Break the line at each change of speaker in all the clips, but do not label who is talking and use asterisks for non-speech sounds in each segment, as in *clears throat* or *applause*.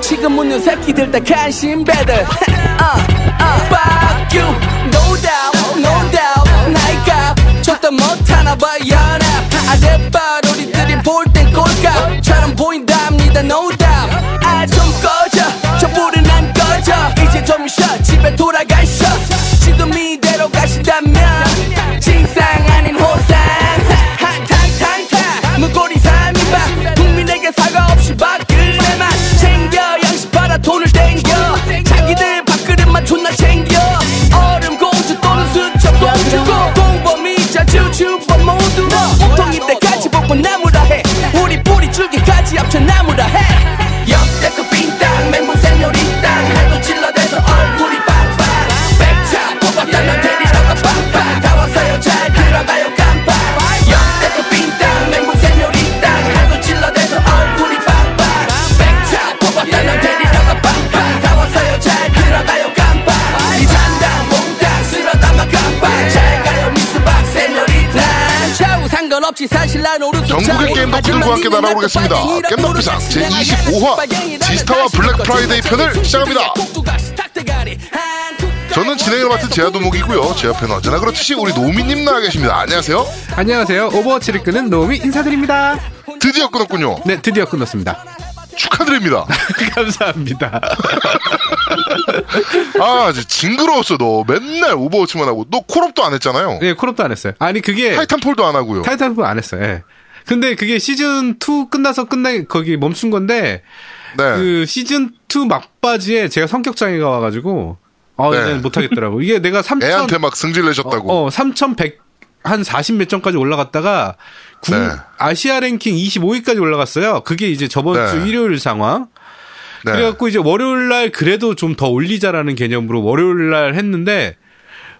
지금 웃는 새끼들 다 관심 배들 Fuck you No doubt No doubt 나이가 절대 못하나 봐 연합 아랫발 우리들이 볼 땐 꼴값처럼 보인답니다 No doubt 아좀 꺼져 저 불은 안 꺼져 이제 좀 쉬어 집에 돌아가셔 지금 이대로 가신다면 진상 아닌 호상 한탕탕탕 문고리 삼인방 국민에게 사과 없이 밥그릇만 챙겨 양식 팔아 돈을 땡겨 자기들 밥그릇만 존나 챙겨 얼음 공주 또는 수첩 공주고 공범이자 주주범 모두 옥통이 때까지 뽑고 나무라 해 우리 뿌리 줄기까지 합쳐 나무라 해 역대급 빈땅 멘붕생 요리땅 할도 찔러대서 얼굴이 빵빵 백차 뽑았다 나 데리러 가 빵빵 다 와서요 잘 들어가요 깜빡 역대급 빈땅 멘붕생 요리땅 할도 찔러대서 얼굴이 빵빵 백차 뽑았다 나 데리러 가 빵빵 다 와서요 잘 들어가요 깜빡 이 잔당 몽땅 쓸어담아 깜빡 잘 가요 미스박 세뇨리땅 좌우 상관없이 사실 난 오른쪽
전국의 겜 덕후들과 함께 날아오르겠습니다. 겜 덕비상 제25화 지스타와 블랙 프라이데이 편을 시작합니다. 저는 진행을 맡은 제아도목이고요. 제 앞에는 언제나 그렇듯이 우리 노미님 나와 계십니다. 안녕하세요.
안녕하세요. 오버워치를 끄는 노미 인사드립니다.
드디어 끊었군요.
네, 드디어 끝났습니다. *laughs*
축하드립니다.
감사합니다.
아, 이제 징그러웠어, 너. 맨날 오버워치만 하고. 너 콜업도 안 했잖아요.
네, 콜업도 안 했어요. 아니, 그게
타이탄폴도 안 하고요.
타이탄도 안 했어요. 예. 근데 그게 시즌 2 끝나서 끝나 거기 멈춘 건데
네.
그 시즌 2 막바지에 제가 성격 장애가 와 가지고 아,
네.
이제는 못 하겠더라고. 이게 내가 3 0
애한테 막 승질 내셨다고.
그 어, 3100, 한 40 몇 점까지 올라갔다가, 국-
네.
아시아 랭킹 25위까지 올라갔어요. 그게 이제 저번
네.
주 일요일 상황.
네.
그래갖고 이제 월요일 날 그래도 좀 더 올리자라는 개념으로 월요일 날 했는데,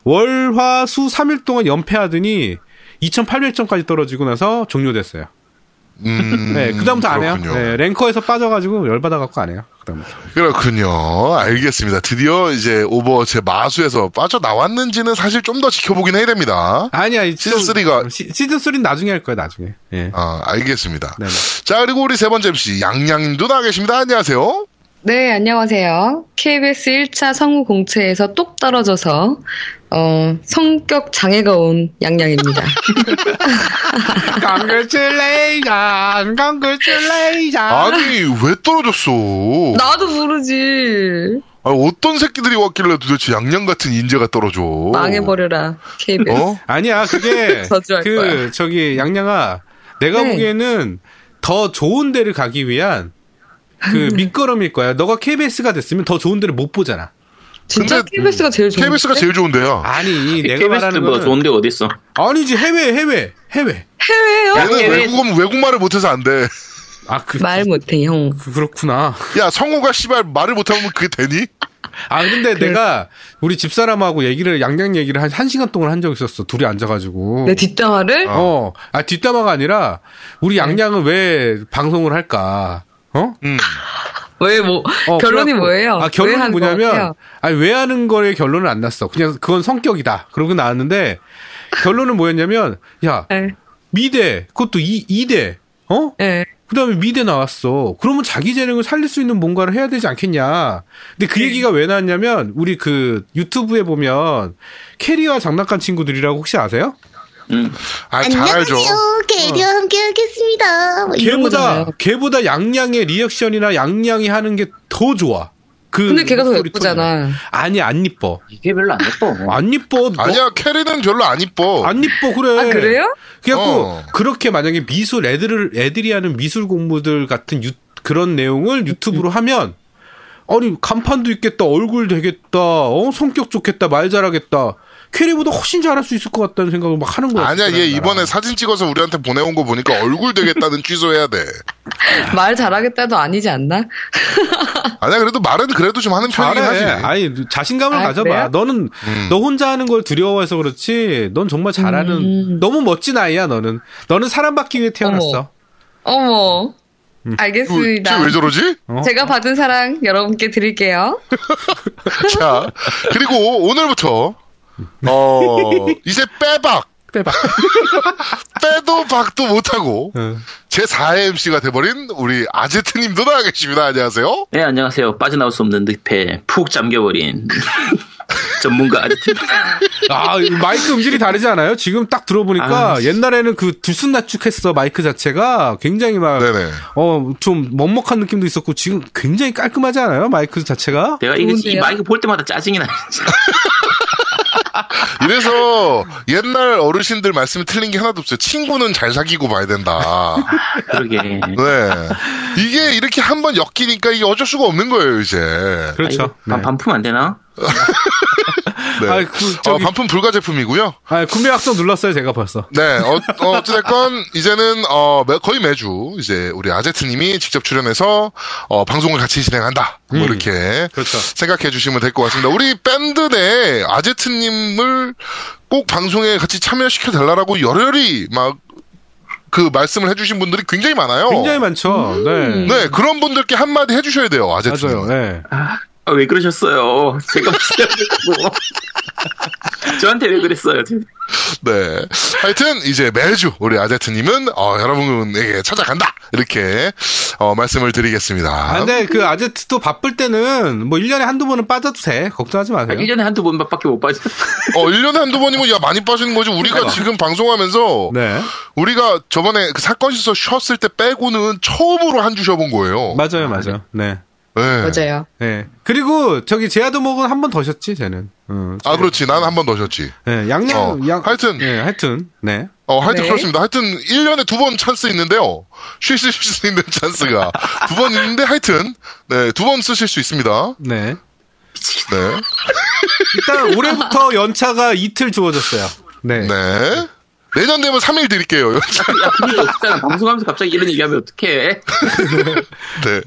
월, 화, 수 3일 동안 연패하더니, 2,800점까지 떨어지고 나서 종료됐어요.
음,
네, 그다음부터 안 해요.
그렇군요.
네, 랭커에서 빠져가지고 열받아갖고 안 해요. 그다음부터.
그렇군요. 알겠습니다. 드디어 이제 오버워치 마수에서 빠져나왔는지는 사실 좀 더 지켜보긴 해야 됩니다.
아니야, 이-
시즌
좀-
쓰리가-
시, 시즌 3는 나중에 할 거예요, 나중에. 예.
아, 알겠습니다.
네네.
자, 그리고 우리 세 번째 MC 양양님도 나와 계십니다. 안녕하세요.
네, 안녕하세요. KBS 1차 성우 공채에서 똑 떨어져서 어, 성격 장애가 온 양양입니다.
강글출레이션, 강글출레이션.
아니, 왜 떨어졌어?
*laughs* 나도 모르지.
아, 어떤 새끼들이 왔길래 도대체 양양 같은 인재가 떨어져?
망해버려라, KBS.
어?
아니야, 그게
*laughs* 저주할
그
거야.
저기 양양아, 내가
네.
보기에는 더 좋은 데를 가기 위한
음.
그 밑거름일 거야. 너가 KBS가 됐으면 더 좋은 데를 못 보잖아.
진짜
근데-
KBS가 제일 좋은
KBS가 제일 좋은데요.
아니, 내가
KBS
말하는
뭐
거는
좋은데 어디 있어?
아니지 해외, 해외, 해외.
해외요?
얘는
양양은-
외국어, 외국말을 못해서 안 돼.
아, 그,
말 못해, 형.
그- 그렇구나.
야, 성우가 씨발 말을 못하면 그게 되니?
아,
그-
근데 내가 우리 집사람하고 얘기를 양양 얘기를 한 한 시간 동안 한 적 있었어. 둘이 앉아가지고.
내 뒷담화를?
어, 아 뒷담화가 아니라 우리
네.
양양은 왜 방송을 할까? 어?
음.
왜 뭐,
어,
결론이
그래갖고-
뭐예요?
아,
왜
결론이
하는
뭐냐면,
거예요?
아니, 왜 하는 거에 결론은 안 났어. 그냥 그건 성격이다. 그러고 나왔는데, 결론은 뭐였냐면, 야,
예,
미대, 그것도 이, 이대, 어?
예.
그 다음에 미대 나왔어. 그러면 자기 재능을 살릴 수 있는 뭔가를 해야 되지 않겠냐. 근데 그
네.
얘기가 왜 나왔냐면, 우리 그 유튜브에 보면, 캐리와 장난감 친구들이라고 혹시 아세요?
음.
아, 잘 알죠. 어.
안녕하세요. 개리와 함께 하겠습니다. 뭐 이런
걔보다,
거잖아요.
걔보다 양양의 리액션이나 양양이 하는 게 더 좋아. 그
근데 걔가 더
목소리 톤이나.
예쁘잖아.
아니, 안 이뻐.
이게 별로 안 예뻐.
안 이뻐. 너-
아니야, 캐리는 별로 안 이뻐.
안 이뻐 그래.
아, 그래요?
그래갖고
어.
그렇게 만약에 미술 애들을 애들이 하는 미술 공부들 같은 유- 그런 내용을 유튜브로 하면 아니 간판도 있겠다, 얼굴 되겠다, 어? 성격 좋겠다, 말 잘하겠다. 캐리보다 훨씬 잘할 수 있을 것 같다는 생각을 막 하는 거야.
아니야, 얘
나랑.
이번에 사진 찍어서 우리한테 보내온 거 보니까 얼굴 되겠다는 취소해야 돼.
말 잘하겠다도 아니지 않나? *laughs*
아니야, 그래도 말은 그래도 좀 하는 편이긴 하지. 음.
잘해. 아니 자신감을
아,
가져봐.
그래요?
너는 너 혼자 하는 걸 두려워해서 그렇지. 넌 정말 잘하는
음.
너무 멋진 아이야. 너는 너는 사랑받기 위해 태어났어.
어머.
음.
알겠습니다.
쟤왜 저러지?
어? 네.
제가 받은 사랑 여러분께 드릴게요.
*laughs*
자, 그리고 오늘부터, 어, 이제 빼박.
빼박.
*laughs* 빼도 박도 못하고
어.
제 4의 MC가 돼버린 우리 아제트님도 나와 계십니다. 안녕하세요.
네, 안녕하세요. 빠져나올 수 없는 늪에 푹 잠겨버린 *laughs* 전문가 아저씨입니다.
아, 이 마이크 음질이 다르지 않아요? 지금 딱
아,
들어보니까 옛날에는 그 두순나축했어 마이크 자체가 굉장히 막
네네.
어, 좀 먹먹한 느낌도 있었고 지금 굉장히 깔끔하지 않아요? 마이크 자체가?
네.
내가 이거 이
좋은데요?
마이크 볼 때마다 짜증이 나.
이래서 옛날 어르신들 말씀이 틀린 게 하나도 없어요. 친구는 잘 사귀고 봐야
*laughs*
된다.
*laughs* 그러게.
네. 이게 이렇게 한번 엮이니까 이게 어쩔 수가 없는 거예요, 이제.
그렇죠.
아,
네.
반품 안 되나?
네.
아이, 그,
어,
저기-
반품 불가 제품이고요.
아, 구매 약속 눌렀어요, 제가 벌써.
네, 어, 어, 찌됐건 이제는, 어, 매- 거의 매주, 이제, 우리 아제트님이 직접 출연해서, 어, 방송을 같이 진행한다. 뭐, 이렇게.
그렇죠.
생각해 주시면 될 것 같습니다. 우리 밴드 내 아제트님을 꼭 방송에 같이 참여시켜달라고 열렬히 막, 그 말씀을 해주신 분들이 굉장히 많아요.
굉장히 많죠. 네.
어. 네, 그런 분들께 한마디 해주셔야 돼요, 아제트님.
맞아요. 네.
아, 왜 그러셨어요? 제가 무시하고 *laughs* 저한테 왜 그랬어요? 아,
네. 하여튼 이제 매주 우리 아제트님은 어, 여러분에게 찾아간다 이렇게 어, 말씀을 드리겠습니다.
아, 근데 그 아제트도 바쁠 때는 뭐 1년에 한두 번은 빠져도 돼. 걱정하지 마세요.
아, 1년에 한두 번밖에 못 빠져. *laughs*
어, 1년에 한두 번이면 야 많이 빠지는 거지. 우리가 지금 방송하면서
네.
우리가 저번에 그 사건 시서 쉬었을 때 빼고는 처음으로 한 주 쉬어본 거예요.
맞아요, 맞아요. 네.
네.
맞아요.
네. 그리고 저기 제아도목은 한 번 더 쉬었지, 쟤는. 음.
아 그렇지. 난 한 번 더 쉬었지.
네, 양양,
어,
양.
하여튼.
네, 하여튼. 네.
어, 하여튼
네.
그렇습니다. 하여튼 1년에 두 번 찬스 있는데요. 쉬실 수 있는 찬스가 두 번 있는데 하여튼 네, 두 번 쓰실 수 있습니다.
네.
네.
일단
*laughs*
올해부터 연차가 이틀 주어졌어요. 네.
네. 내년 되면 3일 드릴게요.
야, 분위기 없잖아. 방송하면서 갑자기 이런 얘기하면 어떡해.
*laughs* 네.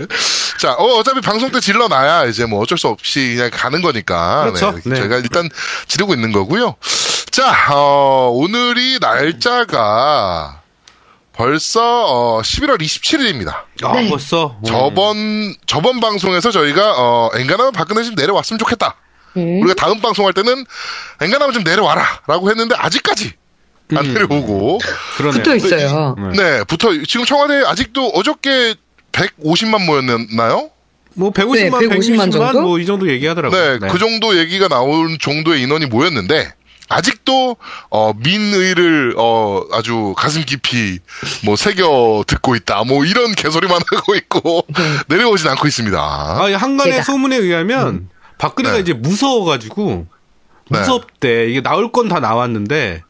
자, 어, 어차피 방송 때 질러놔야 이제 뭐 어쩔 수 없이 그냥 가는 거니까.
그렇죠. 네.
제가 일단 지르고 있는 거고요. 자, 어, 오늘이 날짜가 벌써 어, 11월 27일입니다.
아,
네.
벌써.
저번 저번 방송에서 저희가 어, 엔간하면 박근혜 좀 내려왔으면 좋겠다.
음.
우리가 다음 방송할 때는 엔간하면 좀 내려와라라고 했는데 아직까지 안 내려오고
음. 그러네요.
붙어 있어요.
네, 붙어 지금 청와대 아직도 어저께 150만 모였나요?
뭐 150만,
네, 150만 정도?
뭐 이 정도
네,
얘기하더라고요.
그 정도 얘기가 나온 정도의 인원이 모였는데 아직도 어, 민의를 어, 아주 가슴 깊이 뭐 새겨 듣고 있다. 뭐 이런 개소리만 *laughs* 하고 있고 내려오진 않고 있습니다.
네. 아, 이 한간의
제가.
소문에 의하면 박근혜가
네.
이제 무서워가지고
네.
무섭대. 이게 나올 건 다 나왔는데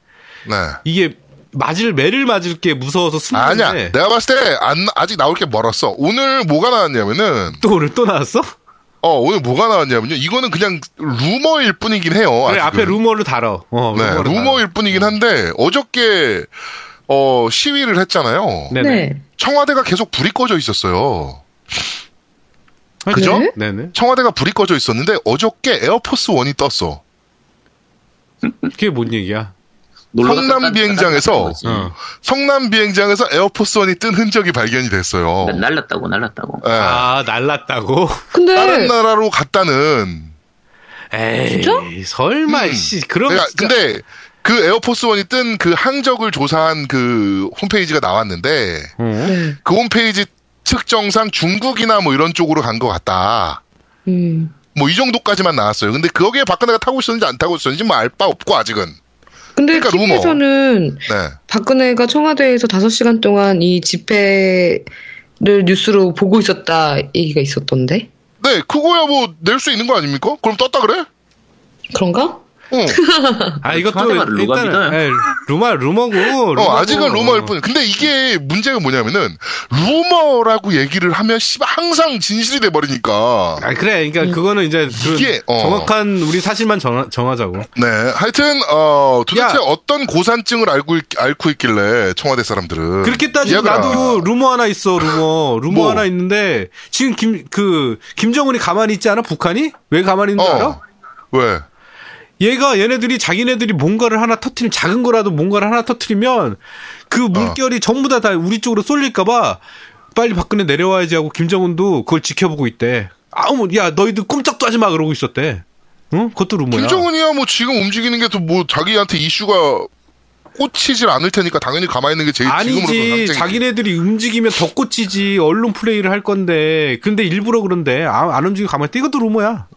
네.
이게 맞을 매를 맞을 게 무서워서 숨는데
아니야. 내가 봤을 때 안- 아직 나올 게 멀었어. 오늘 뭐가 나왔냐면은
또 오늘 또 나왔어?
어, 오늘 뭐가 나왔냐면요. 이거는 그냥 루머일 뿐이긴 해요.
그래,
아직은.
앞에 루머를 달어. 어,
네,
루머를
루머일 뿐이긴 한데 어저께 어, 시위를 했잖아요.
달아. 네네.
네.
청와대가 계속 불이 꺼져 있었어요. 그죠?
네?
네네.
청와대가 불이 꺼져 있었는데 어저께 에어포스 원이 떴어.
그게 뭔 얘기야?
놀러
성남
갔다
비행장에서.
갔다 갔다
음.
어.
성남 비행장에서 에어포스 원이 뜬 흔적이 발견이 됐어요.
난 날랐다고 날랐다고.
예.
아, 날랐다고?
근데
다른 나라로 갔다는.
에이,
진짜?
설마,
음.
씨, 그럼
그러니까
진짜-
근데 그 에어포스 원이 뜬 그 항적을 조사한 그 홈페이지가 나왔는데
어?
네.
그 홈페이지 특정상 중국이나 뭐 이런 쪽으로 간 것 같다.
음.
뭐 이 정도까지만 나왔어요. 근데 거기에 박근혜가 타고 있었는지 안 타고 있었는지 뭐 알 바 없고 아직은.
근데
그러니까 루머.
TV에서는
네.
박근혜가 청와대에서 5시간 동안 이 집회를 뉴스로 보고 있었다 얘기가 있었던데.
네, 그거야 뭐 낼 수 있는 거 아닙니까? 그럼 떴다 그래? 어.
그런가?
응.
아, 이것도
청와대가 루머가 믿어요?
일단 에 루머 루머고. 루머고.
어, 아직은 루머일 뿐. 근데 이게 문제가 뭐냐면은 루머라고 얘기를 하면 씨 항상 진실이 돼 버리니까.
아 그래,
음.
그러니까 그거는 이제 그
이게, 어.
정확한 우리 사실만 정하, 정하자고.
네. 하여튼 어 도대체
야.
어떤 고산증을 알고 있, 앓고 있길래 청와대 사람들은
그렇게 따지면
얘가
나도 루머 하나 있어, 루머. 루머
뭐?
하나 있는데 지금 김 그 김정은이 가만히 있지 않아? 북한이 왜 가만히 있는 줄 알아?
어. 왜?
얘가 얘네들이 자기네들이 뭔가를 하나 터트리면 작은 거라도 뭔가를 하나 터트리면
어.
그 물결이 전부 다 다 우리 쪽으로 쏠릴까봐 빨리 박근혜 내려와야지 하고 김정은도 그걸 지켜보고 있대. 아우 뭐, 야 너희들 꼼짝도 하지 마 그러고 있었대. 응? 그것도 루머야.
김정은이야 뭐 지금 움직이는 게 또 뭐 자기한테 이슈가 꽂히질 않을 테니까 당연히 가만히 있는 게 제일
아니지
지금으로서
자기네들이 움직이면 더 꽂히지 언론 플레이를 할 건데 근데 일부러 그런데 아, 안 움직이고 가만히 있다 이것도 루머야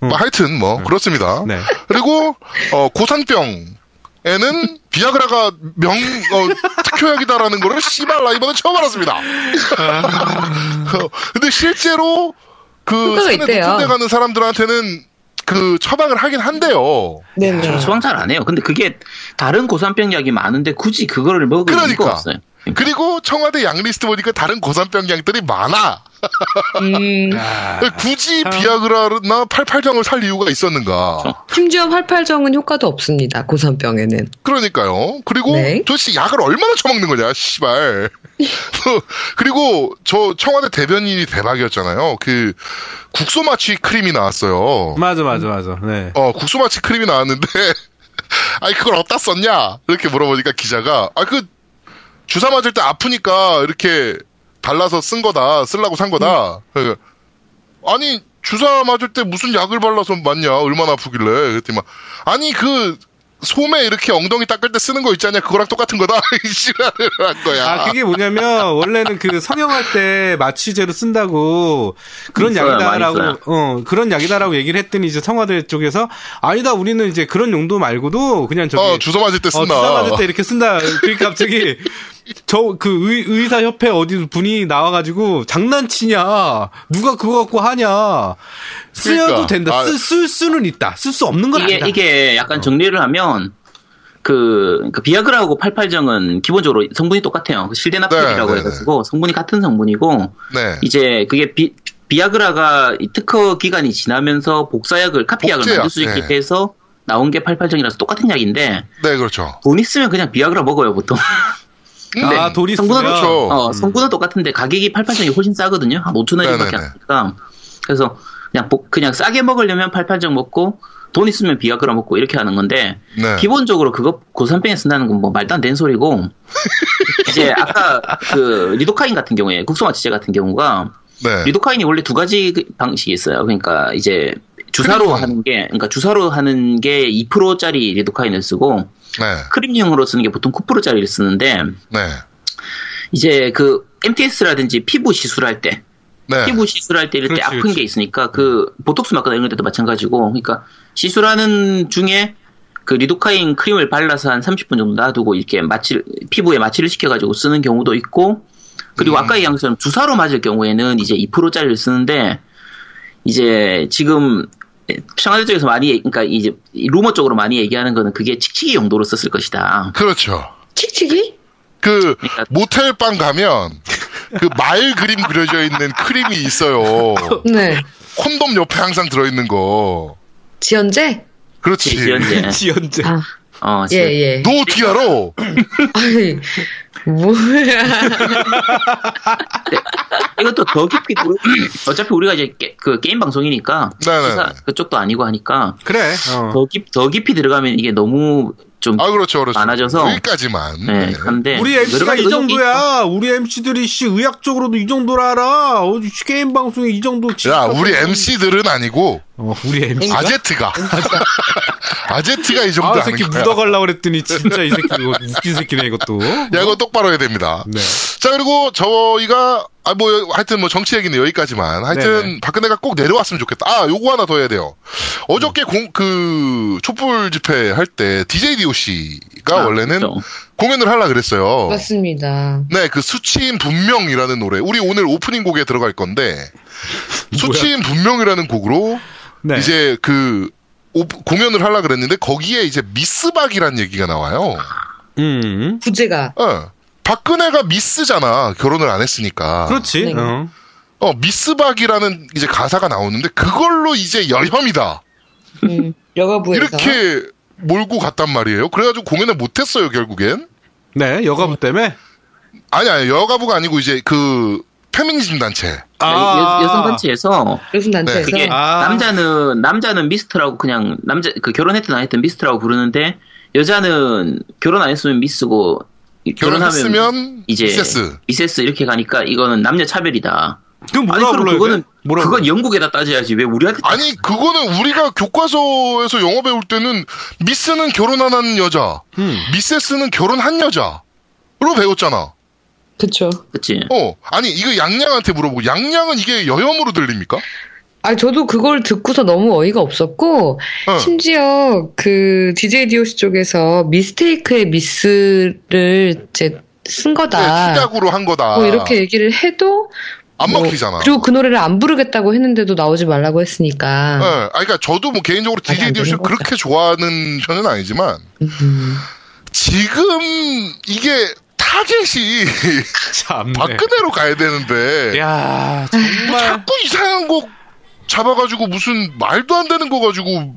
뭐 하여튼 뭐 그렇습니다.
네.
그리고 어, 고산병에는 *laughs* 비아그라가 명 어, 특효약이다라는 거를 씨발 라이브는 처음 알았습니다. 어, *laughs* 근데 실제로 그
효과가
산에
있대요.
높은 데 가는 사람들한테는 그 처방을 하긴 한대요. 아,
네네.
소방 잘 안 해요. 근데 그게 다른 고산병 약이 많은데 굳이 그거를 먹을
그러니까.
이유가 없어요.
그리고 청와대 양리스트 보니까 다른 고산병 약들이 많아.
음,
아. 굳이 비아그라나 88정을 살 이유가 있었는가.
심지어 활팔정은 효과도 없습니다. 고산병에는.
그러니까요. 그리고
네.
도대체 약을 얼마나 처먹는 거냐, 씨발. *laughs* 그리고 저 청와대 대변인이 대박이었잖아요. 그 국소마취 크림이 나왔어요.
맞아 맞아 맞아 네.
어, 국소마취 크림이 나왔는데, *laughs* 아니, 그걸 어디다 썼냐? 이렇게 물어보니까 기자가, 아, 그, 주사 맞을 때 아프니까 이렇게 발라서 쓴 거다, 쓰려고 산 거다. 그래서 아니, 주사 맞을 때 무슨 약을 발라서 맞냐? 얼마나 아프길래. 그랬더니 막, 아니, 그, 소매 이렇게 엉덩이 닦을 때 쓰는 거 있지 않냐? 그거랑 똑같은 거다. *laughs* 이 시간을 한 거야.
아, 그게 뭐냐면, 원래는 그 성형할 때 마취제로 쓴다고, 그런
있어요, 많이
약이다라고, 어, 그런 약이다라고 얘기를 했더니 이제 청와대 쪽에서, 아니다, 우리는 이제 그런 용도 말고도, 그냥 저기,
어, 주사 맞을 때
어,
쓴다.
주사 맞을 때 이렇게 쓴다. 그러니까 갑자기 저 그 의사 협회 어디 분이 나와가지고 장난치냐? 누가 그거 갖고 하냐? 쓰여도
그러니까.
된다.
아.
쓰, 쓸 수는 있다. 쓸 수 없는 건
이게
아니다.
이게 약간 정리를 하면 그, 그러니까 비아그라하고 88정은 기본적으로 성분이 똑같아요. 그 실데나필이라고
네, 네,
해가지고 성분이 같은 성분이고
네.
이제 그게 비, 아그라가 특허 기간이 지나면서 복사약을 카피약을
복제약,
만들 수 있게
네.
해서 나온 게 88정이라서 똑같은 약인데
네, 그렇죠.
돈 있으면 그냥 비아그라 먹어요 보통. 근데
아, 돌이
성분은
있으면.
그렇죠.
어, 성분은 똑같은데 가격이 88정이 훨씬 싸거든요. 한 5천 원밖에 안
네네네.
하니까. 그래서 그냥 복- 그냥 싸게 먹으려면 88정 먹고 돈 있으면 비아그라 먹고 이렇게 하는 건데
네.
기본적으로 그거 고산병에 쓴다는 건 뭐 말도 안
*laughs*
되는 소리고 이제 아까 그 리도카인 같은 경우에 국소마취제 같은 경우가
네.
리도카인이 원래 두 가지 그 방식이 있어요. 그러니까 이제 주사로
크림용.
하는 게 그러니까 주사로 하는 게 2%짜리 리도카인을 쓰고
네.
크림용으로 쓰는 게 보통 9%짜리를 쓰는데
네.
이제 그 MTS라든지 피부 시술할 때
네.
피부 시술할 때 이럴 때
예. 그렇지,
아픈
그렇지.
게 있으니까 그 보톡스 맞거나 이런 데도 마찬가지고 그러니까 시술하는 중에 그 리도카인 크림을 발라서 한 30분 정도 놔두고 이렇게 마취 피부에 마취를 시켜가지고 쓰는 경우도 있고
예.
그리고 아까 얘기한 것처럼 주사로 맞을 경우에는 이제 2%짜리를 쓰는데 이제 지금 청와대 쪽에서 많이 얘기- 그러니까 이제 이 루머 쪽으로 많이 얘기하는 거는 그게 칙칙이 용도로 썼을 것이다.
그렇죠.
칙칙이?
그
그러니까
모텔 빵 가면 그 말 그림 그려져 있는 크림이
*laughs*
있어요.
네.
콘돔 옆에 항상 들어있는 거.
지연제?
네,
그렇지.
*laughs*
지연제.
지연제.
아,
어,
예,
지연-
예.
너 어떻게 알아?
아니, 뭐야.
이것도 더 깊이 들어. 어차피 우리가 이제 게, 그 게임 방송이니까
네네네.
시사 그쪽도 아니고 하니까
그래. 어.
더 깊 더 깊이 들어가면 이게 너무 좀
아 그렇죠, 그렇죠.
많아져서.
여기까지만.
네,
네.
한데
우리 MC가
들어가는
이
의욕이 있어.
정도야. 우리 MC들이 씨 의학적으로도 이 정도를 알아. 어, 게임 방송에 이 정도.
야,
지식하고
우리
있는-
MC들은 아니고
어, 우리 MC.
그러니까?
아제트가. *laughs* 아제트가 이 정도
아, 이
하는
새끼
거야.
묻어가려고 그랬더니 진짜 이 새끼 이거 웃긴 새끼네 이것도.
야, 이거 똑바로 해야 됩니다.
네.
자, 그리고 저희가 아 뭐 하여튼 뭐 정치 얘기는 여기까지만. 하여튼
네네.
박근혜가 꼭 내려왔으면 좋겠다. 아, 요거 하나 더 해야 돼요. 어저께 공 그 촛불 집회 할 때 DJ DOC가
아,
원래는
그렇죠.
공연을 하려 그랬어요.
맞습니다.
네, 그 수치인 분명이라는 노래. 우리 오늘 오프닝 곡에 들어갈 건데 수치인 분명이라는 곡으로
네.
이제 그 오- 공연을 하려 그랬는데 거기에 이제 미스박이라는 얘기가 나와요.
음.
부제가.
어. 박근혜가 미스잖아. 결혼을 안 했으니까.
그렇지.
네.
어.
어, 미스박이라는 이제 가사가 나오는데 그걸로 이제 열혐이다.
음, 여가부에서.
이렇게 몰고 갔단 말이에요. 그래가지고 공연을 못했어요, 결국엔.
네, 여가부 때문에.
아니, 아니, 여가부가 아니고 이제 그 페미니즘 단체.
네, 아, 여-
아.
여성 단체에서
여성단체에서.
네.
그게
아.
남자는 남자는 미스트라고 그냥 남자 그 결혼했든 안 했든 미스트라고 부르는데 여자는 결혼 안 했으면 미스고
결혼했으면
이제
미세스.
미세스 이렇게 가니까 이거는 남녀 차별이다.
그럼
아니
뭐라
그럼
불러야
그거는
돼? 뭐라고?
그건 영국에다 따져야지 왜 우리한테 따-
아니 그거는 우리가 교과서에서 영어 배울 때는 미스는 결혼 안 한 여자,
음.
미세스는 결혼한 여자로 배웠잖아.
그쵸.
그치
어, 아니 이거 양양한테 물어보고 양양은 이게 여염으로 들립니까?
아, 저도 그걸 듣고서 너무 어이가 없었고,
어.
심지어 그 DJ DOC 쪽에서 미스테이크의 미스를 이제 쓴 거다.
네, 시작으로 한 거다.
아. 뭐 이렇게 얘기를 해도
안
뭐,
먹히잖아.
그리고 그 노래를 안 부르겠다고 했는데도 나오지 말라고 했으니까.
예, 아, 그러니까 저도 뭐 개인적으로
아니,
DJ
안 되는
디오씨
거죠.
그렇게 좋아하는 편은 아니지만
음.
지금 이게 타겟이 *laughs*
참네. 네.
박근혜로 가야 되는데
야 정말
*laughs*
자꾸 이상한 곡 잡아가지고 무슨 말도 안 되는 거 가지고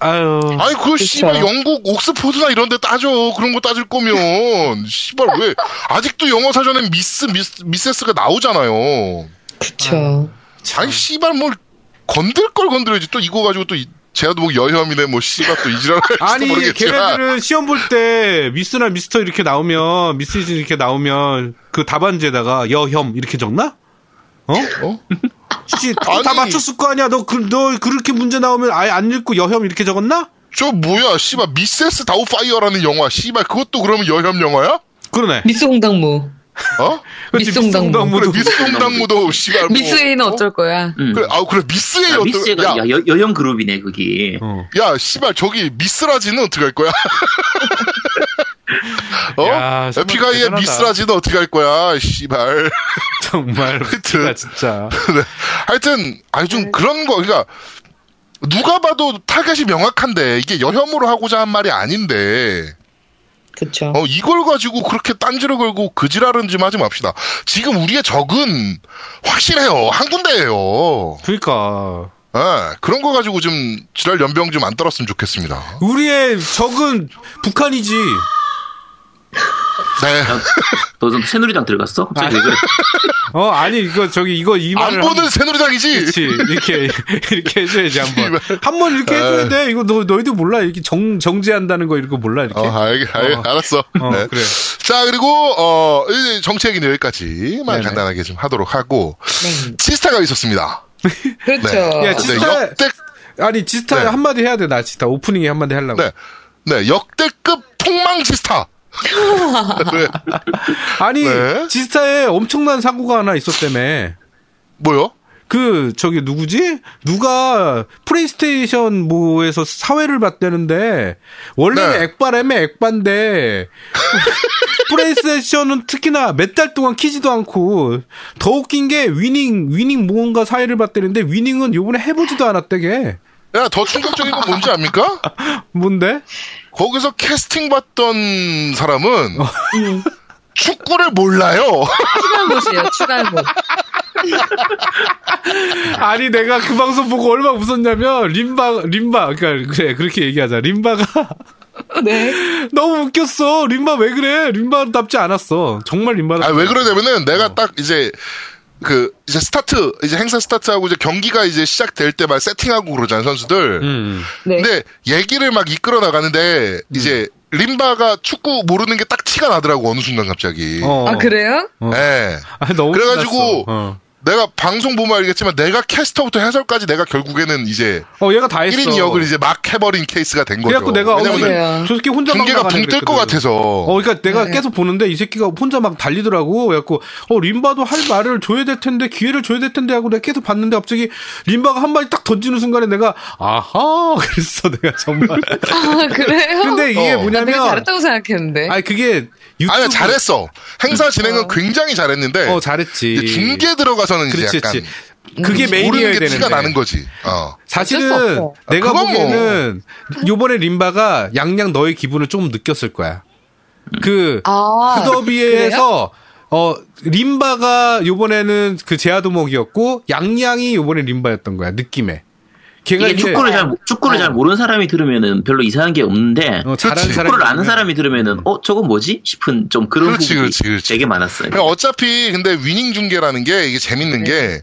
아유.
아니 그 씨발 영국 옥스포드나 이런 데 따져 그런 거 따질 거면 씨발 왜 아직도 영어 사전에 미스 미스 미세스가 나오잖아요. 네.
그쵸.
아니 씨발 뭘 건들 걸 건드려야지 또 이거 가지고 또 이- 제가도 뭐 여혐이네 뭐 씨발 또 이지랄할지도
아니
모르겠지만
걔네들은 시험 볼 때 미스나 미스터 이렇게 나오면 미스진 이렇게 나오면 그 답안지에다가 여혐 이렇게 적나? 어?
어?
씨, 다, 다
아니.
맞췄을 거 아니야. 너, 그, 너 그렇게 문제 나오면 아예 안 읽고 여혐 이렇게 적었나?
저 뭐야 씨발 미세스 다우파이어라는 영화 씨발 그것도 그러면 여혐 영화야?
그러네.
미스 홍당무.
어?
그렇지,
미스홍당무.
그래
미스홍당무도-
미스 홍당무도 씨발 뭐-
미스 A는 어쩔 거야.
음.
그래 아 그래 미스의
아,
어떤
미스가
야,
야, 여, 여형 그룹이네 그게
어.
야 씨발 저기 미스라지는 어떻게 할
*laughs*
거야? 어?
야, 정말
에픽아이의
대단하다.
미스라지는 어떻게 할 거야? 씨발
*laughs*
*laughs*
정말 웃기다, 진짜.
네. 하여튼 아니
네.
좀 그런 거 그러니까 누가 봐도 타겟이 명확한데 이게 여혐으로 하고자 한 말이 아닌데
그쵸.
어 이걸 가지고 그렇게 딴지를 걸고 그지랄은 좀 하지 맙시다. 지금 우리의 적은 확실해요. 한 군데예요.
그러니까
예, 그런 거 가지고 좀 지랄 연병 좀 안 떨었으면 좋겠습니다.
우리의 적은 북한이지.
네.
너는 새누리당 들어갔어? 갑자기 왜 그래?
어 아니 이거 저기 이거 이
안
말을
보는 새누리당이지.
그렇지 이렇게
*laughs*
이렇게 해줘야지 한번
씨발. 아.
한 번 이렇게 해줘야 돼 이거 너 너희도 몰라 이렇게 정 정지한다는 거 이런 거 몰라 이렇게
어, 알, 알,
어.
알았어.
어,
네.
그래.
자, 그리고, 어, 이제 정치 얘기는 여기까지만
네네.
간단하게 좀 하도록 하고,
네.
치스타가 있었습니다.
그렇죠.
야,
네,
치스타-
역대,
아니 지스타
네.
한마디 해야 돼나 지스타 오프닝에 한마디 하려고
네, 네, 역대급 폭망 치스타. 네.
아니
네.
지스타에 엄청난 사고가 하나 있었다며
뭐요?
그 저기 누구지 누가 플레이스테이션 뭐에서 사회를 봤다는데 원래는
네.
액바라며 액반데 *laughs* 플레이스테이션은 특히나 몇 달 동안 키지도 않고 더 웃긴 게 위닝 위닝 뭔가 사회를 봤다는데 위닝은 요번에 해보지도 않았대게
야, 더 충격적인 건 뭔지 압니까?
뭔데
거기서 캐스팅 받던 사람은
어.
*laughs* 축구를 몰라요. *laughs*
추가못이에요, 추가못.
아니 내가 그 방송 보고 얼마나 웃었냐면 림바 림바 그러니까 그래 그렇게 얘기하자 림바가
네.
*laughs* 너무 웃겼어 림바 왜 그래 림바답지 않았어 정말 림바
아, 왜 그러냐면은
어.
내가 딱 이제 그 이제 스타트 이제 행사 스타트하고 이제 경기가 이제 시작될 때만 세팅하고 그러잖아요 선수들.
음.
네.
근데 얘기를 막 이끌어 나가는데 이제
음.
림바가 축구 모르는 게 딱 티가 나더라고 어느 순간 갑자기.
어.
아, 그래요?
어.
예.
아, 너무
그래가지고-
신났어. 어.
내가 방송 보면 알겠지만 내가 캐스터부터 해설까지 내가 결국에는 이제
어, 얘가 다 했어.
1인 2역을 이제 막 해버린 케이스가 된 거죠.
그래갖고 내가
왜냐면
어,
어머니야.
저 새끼 혼자 막
중계가
나가네
붕 뜰 것
그랬거든.
같아서.
어, 그러니까 내가
네.
계속 보는데 이 새끼가 혼자 막 달리더라고. 그래갖고 어 림바도 할 말을 줘야 될 텐데 기회를 줘야 될 텐데 하고 내가 계속 봤는데 갑자기 림바가 한 마디 딱 던지는 순간에 내가 아하 *laughs* 그랬어 내가
*laughs*
정말.
아, 그래요?
근데 이게
어.
아, 내가
뭐냐면
잘했다고 생각했는데.
아니 그게 유튜브
아니 잘했어. 행사 진행은 굉장히 잘했는데
어 잘했지.
이제 중계 들어가서는 이제
그렇지,
약간
그렇지. 그게
음.
메인이어야
모르는 게
되는데.
티가 나는 거지. 어.
어쩔
사실은
수 없어.
내가
그건 뭐.
보기에는 요번에 림바가 양양 너의 기분을 조금 느꼈을 거야. 그
아,
크더비에서 어 림바가 요번에는 그 제아도목이었고 양양이 요번에 림바였던 거야 느낌에. 걔가
이게
이제
축구를 잘 축구를 잘 모르는 사람이 들으면은 별로 이상한 게 없는데
어, 잘하는
그렇지.
사람
축구를 아는 사람이 들으면은 어 저건 뭐지 싶은 좀 그런
그렇지,
부분이
그렇지, 그렇지.
되게
그냥
많았어요.
그러니까 어차피 근데 위닝 중계라는 게 이게 재밌는
네.
게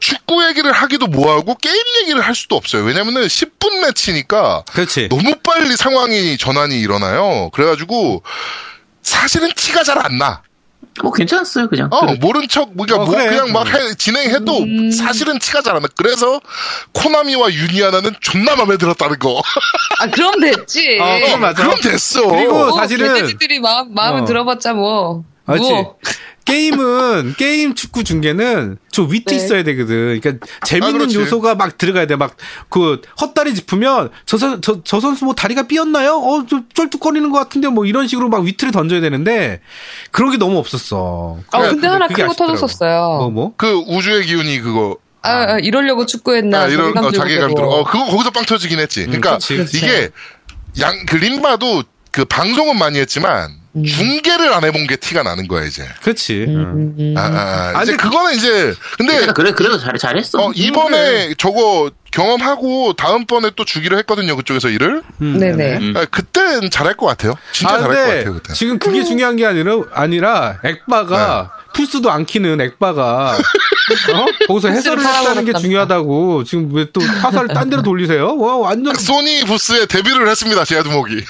축구 얘기를 하기도 뭐하고 게임 얘기를 할 수도 없어요. 왜냐면은 10분 매치니까
그렇지.
너무 빨리 상황이 전환이 일어나요. 그래가지고 사실은 티가 잘 안 나.
뭐 괜찮았어요 그냥.
어, 모른 척, 그러니까
어,
뭐
그래.
그냥 막 해- 진행해도 사실은 티가 잘 안 나. 그래서 코나미와 유니아나는 존나 마음에 들었다는 거.
아 그럼 됐지.
아, *laughs* 그럼 맞아.
그럼 됐어.
그리고-
어,
사실은-
개돼지들이 마음 마음에
어.
들어봤자 뭐.
그렇지.
뭐.
게임은 게임 축구 중계는 저 위트
네.
있어야 되거든. 그러니까
아,
재밌는
그렇지.
요소가 막 들어가야 돼. 막 그 헛다리 짚으면 저저 저, 저 선수 뭐 다리가 삐었나요? 어, 좀 쫄뚝거리는 것 같은데 뭐 이런 식으로 막 위트를 던져야 되는데 그런 게 너무 없었어. 그러니까
아
그래,
근데 하나
그게
큰 거
아쉽더라고.
터졌었어요.
뭐 뭐?
그 우주의 기운이 그거
아, 아, 이러려고 축구했나
아, 이런 어, 자괴감 들어. 어, 그거 거기서 빵 터지긴 했지. 그러니까
음, 그치, 그치.
이게 양 그 림바도 그 방송은 많이 했지만 중계를 안 해본 게 티가 나는 거야 이제.
그렇지.
음,
응.
아, 아, 아.
아,
이제
근데
그거는 이제 근데
그러니까
그래 그래- 그래도 잘 잘했어.
뭐 어, 이번에 저거 경험하고 다음번에 또 주기로 했거든요 그쪽에서 일을.
음, 네네.
아, 그땐 잘할 것 같아요. 진짜
음. 아,
잘할 것
근데
같아요 그때.
지금 그게 중요한 게 아니라 아니라 액바가
네.
풀스도 안 키는 액바가
*laughs*
어? 거기서 해설을
풀스를
했다는 게
팔아먹었답니다.
중요하다고 지금 왜 또 화살을 딴 데로 돌리세요? 와 완전
소니 부스에 데뷔를 했습니다 제
*laughs*
두목이.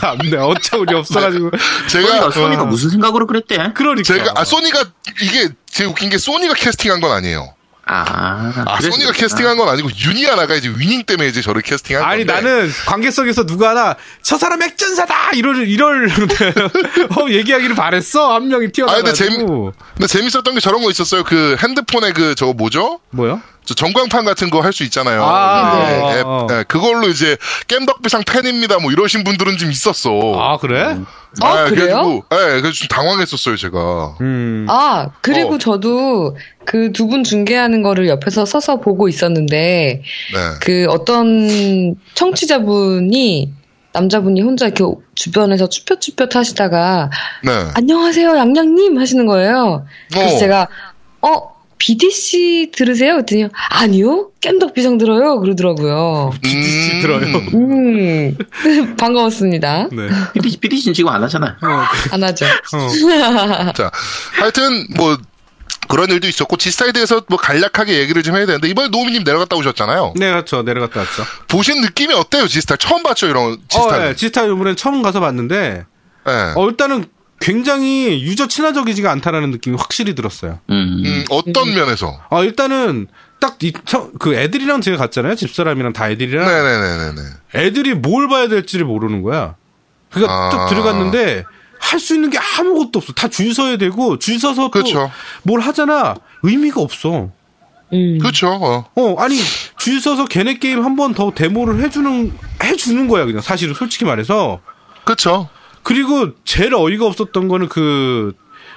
참네 어처구니 없어가지고
제가
소니가 소니가
어.
음, 무슨 생각으로 그랬대?
그러니까
제가 아 소니가 이게 제일 웃긴 게 소니가 캐스팅한 건 아니에요.
아,
아
그래서
소니가
그랬구나.
캐스팅한 건 아니고 유니아나가 이제 위닝 때문에 이제 저를 캐스팅한 건데.
아니 나는 관객석에서 누가 하나 저 사람 액전사다 이럴 이럴 *laughs* 어, 얘기하기를 바랬어 한 명이
아 근데 재미
튀어나가지고
근데 재밌었던 게 저런 거 있었어요. 그 핸드폰에 그 저거 뭐죠?
뭐야?
저 전광판 같은 거 할 수 있잖아요.
아,
예,
네.
앱,
어.
예, 그걸로 이제 겜덕비상 팬입니다. 뭐 이러신 분들은 좀 있었어. 네,
아 그래?
아,
음. 그래가지고, 예, 그래서 좀 당황했었어요 제가.
음.
아, 그리고
어.
저도 그 두 분 중계하는 거를 옆에서 서서 보고
네.
있었는데, 그 어떤 청취자분이, 남자분이 혼자 이렇게 주변에서 쭈뼛쭈뼛 하시다가,
네.
아, 안녕하세요, 양양님! 하시는 거예요. 그래서
어.
제가, 어, BDC 들으세요? 그랬더니, 아니요? 깸덕비상 들어요? 그러더라고요.
음,
들어요.
음, *laughs* 반가웠습니다.
*laughs* 네.
PD PDC 는 지금 안 하잖아요.
*laughs*
안 하죠.
어.
자, 하여튼 뭐 그런 일도 있었고 지사이드에서 뭐 간략하게 얘기를 좀 해야 되는데 이번에 노미님 내려갔다 오셨잖아요.
네 그렇죠 내려갔다 왔죠.
보신 느낌이 어때요 지스타? 처음 봤죠 이런 예. 지스타?
어, 예, 지스타 요번엔 처음 가서 봤는데
네.
어, 일단은 굉장히 유저 친화적이지가 않다라는 느낌이 확실히 들었어요.
음.
음, 어떤 면에서?
아, 일단은 딱 그 애들이랑 제가 갔잖아요. 집사람이랑 다 애들이랑
네네네네네.
애들이 뭘 봐야 될지를 모르는 거야. 그러니까
아.
딱 들어갔는데 할 수 있는 게 아무것도 없어. 다 줄 서야 되고 줄 서서
그쵸.
또 뭘 하잖아. 의미가 없어.
음.
그렇죠. 어.
어, 아니, 줄 서서 걔네 게임 한 번 더 데모를 해주는, 해주는 거야, 그냥. 사실은, 솔직히 말해서.
그렇죠.
그리고 제일 어이가 없었던 거는 그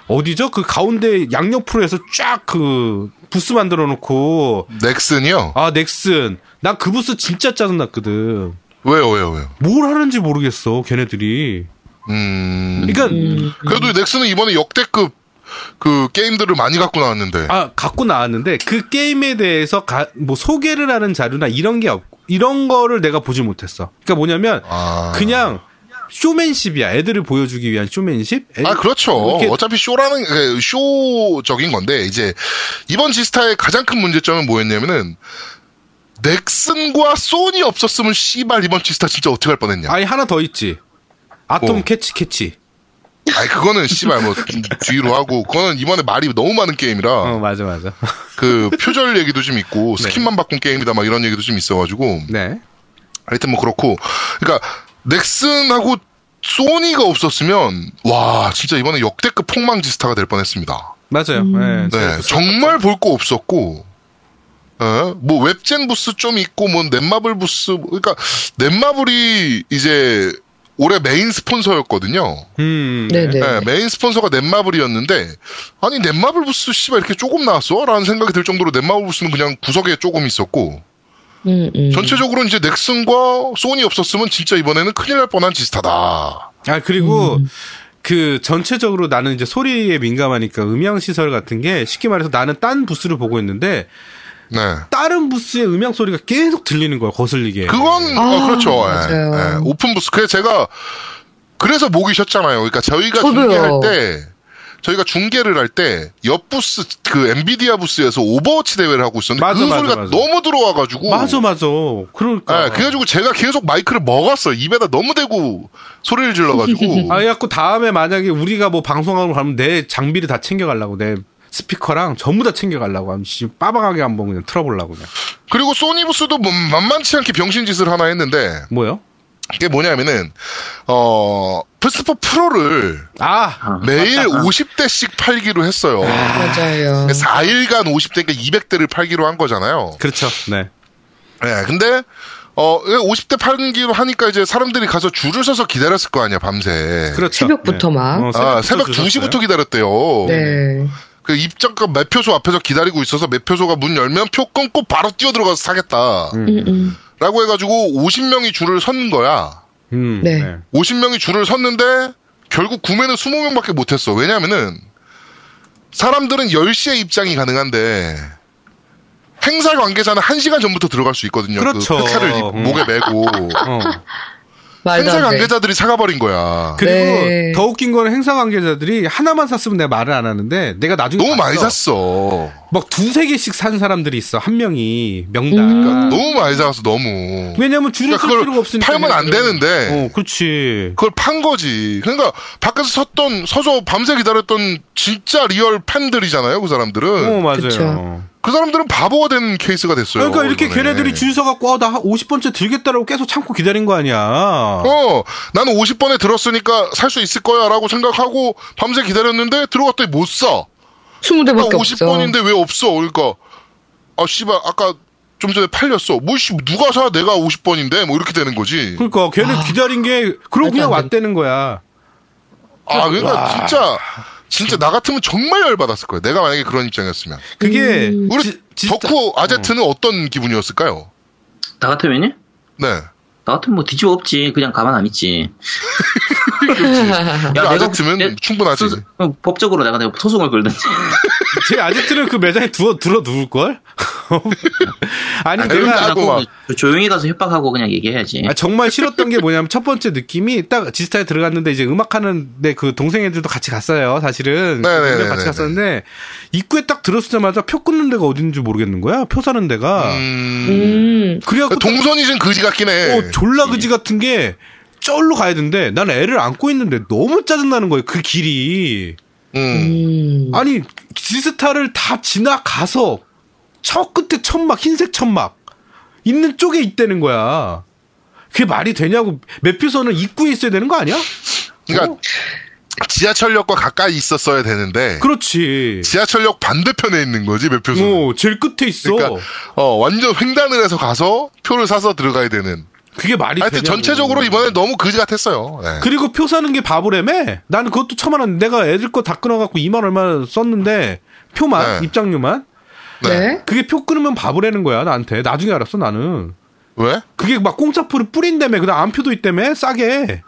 어디죠? 그 가운데 양옆으로 해서 쫙 그 부스 만들어 놓고
넥슨이요?
아 넥슨 나 그 부스 진짜 짜증났거든.
왜요, 왜요, 왜요?
뭘 하는지 모르겠어 걔네들이.
음.
그러니까
그래도 넥슨은 이번에 역대급 그 게임들을 많이 갖고 나왔는데.
아 갖고 나왔는데 그 게임에 대해서 가- 뭐 소개를 하는 자료나 이런 게 없고 이런 거를 내가 보지 못했어. 그러니까 뭐냐면
아.
그냥 쇼맨십이야. 애들을 보여주기 위한 쇼맨십. 애-
아, 그렇죠.
이렇게-
어차피 쇼라는, 그, 쇼적인 건데, 이제, 이번 지스타의 가장 큰 문제점은 뭐였냐면은, 넥슨과 소니 없었으면 씨발 이번 지스타 진짜 어떻게 할 뻔했냐.
아니 하나 더 있지. 아톰
뭐.
캐치 캐치.
아니, 그거는 씨발 뭐 뒤로 하고, 그거는 이번에 말이 너무 많은 게임이라,
어 네. 맞아 맞아.
그 표절 얘기도 좀 있고, 스킨만 바꾼 게임이다 막 이런 얘기도 좀 있어가지고,
*laughs* 네.
하여튼 뭐 그렇고 그러니까 넥슨하고 소니가 없었으면 와 진짜 이번에 역대급 폭망지스타가 될 뻔했습니다.
맞아요. 네,
음.
제가
네
그-
정말 볼 거 없었고 예, 뭐 웹젠 부스 좀 있고 뭐 넷마블 부스 뭐, 그러니까 넷마블이 이제 올해 메인 스폰서였거든요.
음, 네.
네네.
예, 메인 스폰서가 넷마블이었는데 아니 넷마블 부스 씨발 이렇게 조금 나왔어라는 생각이 들 정도로 넷마블 부스는 그냥 구석에 조금 있었고
음, 음.
전체적으로 이제 넥슨과 소니 없었으면 진짜 이번에는 큰일 날 뻔한 지스타다.
아 그리고
음.
그 전체적으로 나는 이제 소리에 민감하니까 음향 시설 같은 게 쉽게 말해서 나는 딴 부스를 보고 있는데
네.
다른 부스의 음향 소리가 계속 들리는 거야 거슬리게.
그건
아,
어, 그렇죠. 예.
맞아요.
예. 오픈 부스. 그래서 제가 그래서 목이 쉬었잖아요. 그러니까 저희가
저도요.
중계할 때 저희가 중계를 할 때 옆 부스 그 엔비디아 부스에서 오버워치 대회를 하고 있었는데
맞아,
그
맞아,
소리가
맞아.
너무 들어와가지고
맞아, 맞아. 그러니까.
예, 그래가지고 제가 계속 마이크를 먹었어요. 입에다 너무 대고 소리를
*laughs*
질러가지고.
아, 그래갖고 다음에 만약에 우리가 뭐 방송하고 가면 내 장비를 다 챙겨가려고, 내 스피커랑 전부 다 챙겨가려고 하면 씨, 빠방하게 한번 그냥 틀어보려고 그냥.
그리고 소니 부스도 뭐 만만치 않게 병신짓을 하나 했는데
뭐요?
그게 뭐냐면은 어 플스4 프로를
아!
매일 50대씩 팔기로 했어요.
맞아요.
4일간 50대니까 200대를 팔기로 한 거잖아요.
그렇죠. 네.
예, 근데 어 50대 팔기로 하니까 이제 사람들이 가서 줄을 서서 기다렸을 거 아니야 밤새.
그렇죠.
새벽부터 막.
아, 새벽
주셨어요.
2시부터 기다렸대요.
네.
그 입장권 매표소 앞에서 기다리고 있어서 매표소가 문 열면 표 끊고 바로 뛰어 들어가서 사겠다.
음, 음.
라고 해가지고 50명이 줄을 선 거야.
음,
네.
50명이 줄을 섰는데 결국 구매는 20명 밖에 못했어. 왜냐면은 사람들은 10시에 입장이 가능한데 행사 관계자는 1시간 전부터 들어갈 수 있거든요.
그렇죠.
그 패를
음.
목에 메고.
어.
말도
행사
안 돼.
관계자들이 사가버린 거야.
그리고
네.
더 웃긴 거는 행사 관계자들이 하나만 샀으면 내가 말을 안 하는데 내가 나중에
너무 많이
봤어.
샀어.
막 두세 개씩 산 사람들이 있어. 한 명이 명당.
음.
그러니까 너무 많이 샀어, 너무.
음. 왜냐면 줄을
그러니까
설
그걸
필요가 없으니까.
팔면 안
얘네들은.
되는데.
어, 그렇지.
그걸 판 거지. 그러니까 밖에서 섰던 서서 밤새 기다렸던 진짜 리얼 팬들이잖아요. 그 사람들은
어, 맞아요.
그쵸.
그 사람들은 바보가 된 케이스가 됐어요.
그러니까 이렇게
이번에.
걔네들이 줄 서갖고 아, 나 50번째 들겠다라고 계속 참고 기다린 거 아니야.
어, 나는 50번에 들었으니까 살 수 있을 거야라고 생각하고 밤새 기다렸는데 들어갔더니 못 사.
20대밖에 없어.
50번인데 왜 없어? 그러니까 아 씨발 아까 좀 전에 팔렸어. 뭐씨 누가 사? 내가 50번인데 뭐 이렇게 되는 거지.
그러니까 걔네
아.
기다린 게 그러고 그냥
말도 안
왔다는 거야.
아 그러니까 진짜 진짜 나 같으면 정말 열 받았을 거예요. 내가 만약에 그런 입장이었으면.
그게
음.
우리
지- 진짜-
덕후 아제트는 어. 떤 기분이었을까요?
나 같으면요?
네.
나 같으면 뭐 뒤집어 엎지. 그냥 가만 안 있지.
우리
내가
아제트면
내-
충분하지.
소- 어, 법적으로 내가 내가 소송을 걸든지.
제 아제트를 그 매장에 두어 들어 누울 걸. *laughs* 아니
아,
내가
그러니까. 아, 하고 막.
조- 조용히 가서 협박하고 그냥 얘기해야지.
아, 정말 싫었던 게 뭐냐면 첫 번째 느낌이 딱 지스타에 들어갔는데 이제 음악하는 내 그 동생 애들도 같이 갔어요 사실은
네네네네네.
근데 같이 갔었는데 입구에 딱 들었자마자 표 끊는 데가 어딘지 모르겠는 거야 표 사는 데가
음...
음.
그래갖고 딱,
동선이 좀 그지 같긴 해.
어, 졸라
음.
그지 같은 게 쩔로 가야 되는데 난 애를 안고 있는데 너무 짜증나는 거예요 그 길이
음.
음.
아니 지스타를 다 지나가서 첫 끝에 천막 흰색 천막 있는 쪽에 있다는 거야 그게 말이 되냐고 매표소는 입구에 있어야 되는 거 아니야?
그러니까 지하철역과 가까이 있었어야 되는데
그렇지.
지하철역 반대편에 있는 거지 매표소.
어, 제일 끝에 있어.
그러니까 어, 완전 횡단을 해서 가서 표를 사서 들어가야 되는.
그게 말이
하여튼
되냐고.
전체적으로 이번에 너무 그지 같았어요. 네.
그리고 표 사는 게 바보라며? 나는 그것도 처음 알았는데 내가 애들 거 다 끊어갖고 2만 얼마 썼는데 표만
네.
입장료만
네.
그게 표 끊으면 바보라는 거야 나한테 나중에 알았어 나는
왜?
그게 막 공짜표를 뿌린다며 그다음 안표도 있다며 싸게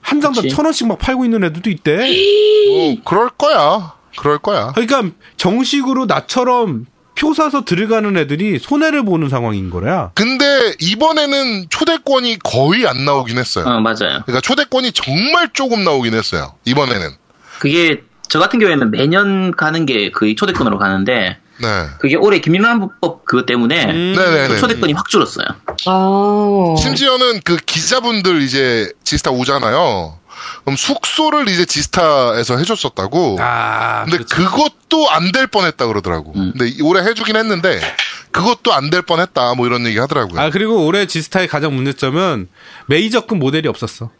한 장당
그치.
천 원씩 막 팔고 있는 애들도 있대
뭐 그럴 거야. 그럴 거야.
그러니까 정식으로 나처럼 표 사서 들어가는 애들이 손해를 보는 상황인 거야
근데 이번에는 초대권이 거의 안 나오긴 했어요.
어, 맞아요.
그러니까 초대권이 정말 조금 나오긴 했어요. 이번에는.
그게 저 같은 경우에는 매년 가는 게 그 초대권으로 가는데
네.
그게 올해 김민환법 그것 때문에
네네네.
그 초대권이 확 줄었어요.
아.
심지어는 그 기자분들 이제 지스타 오잖아요. 그럼 숙소를 이제 지스타에서 해줬었다고.
아 음.
근데
그렇지.
그것도 안 될 뻔했다 그러더라고. 근데 이- 올해 해주긴 했는데 그것도 안 될 뻔했다 뭐 이런 얘기 하더라고요.
아 그리고 올해 지스타의 가장 문제점은 메이저급 모델이 없었어.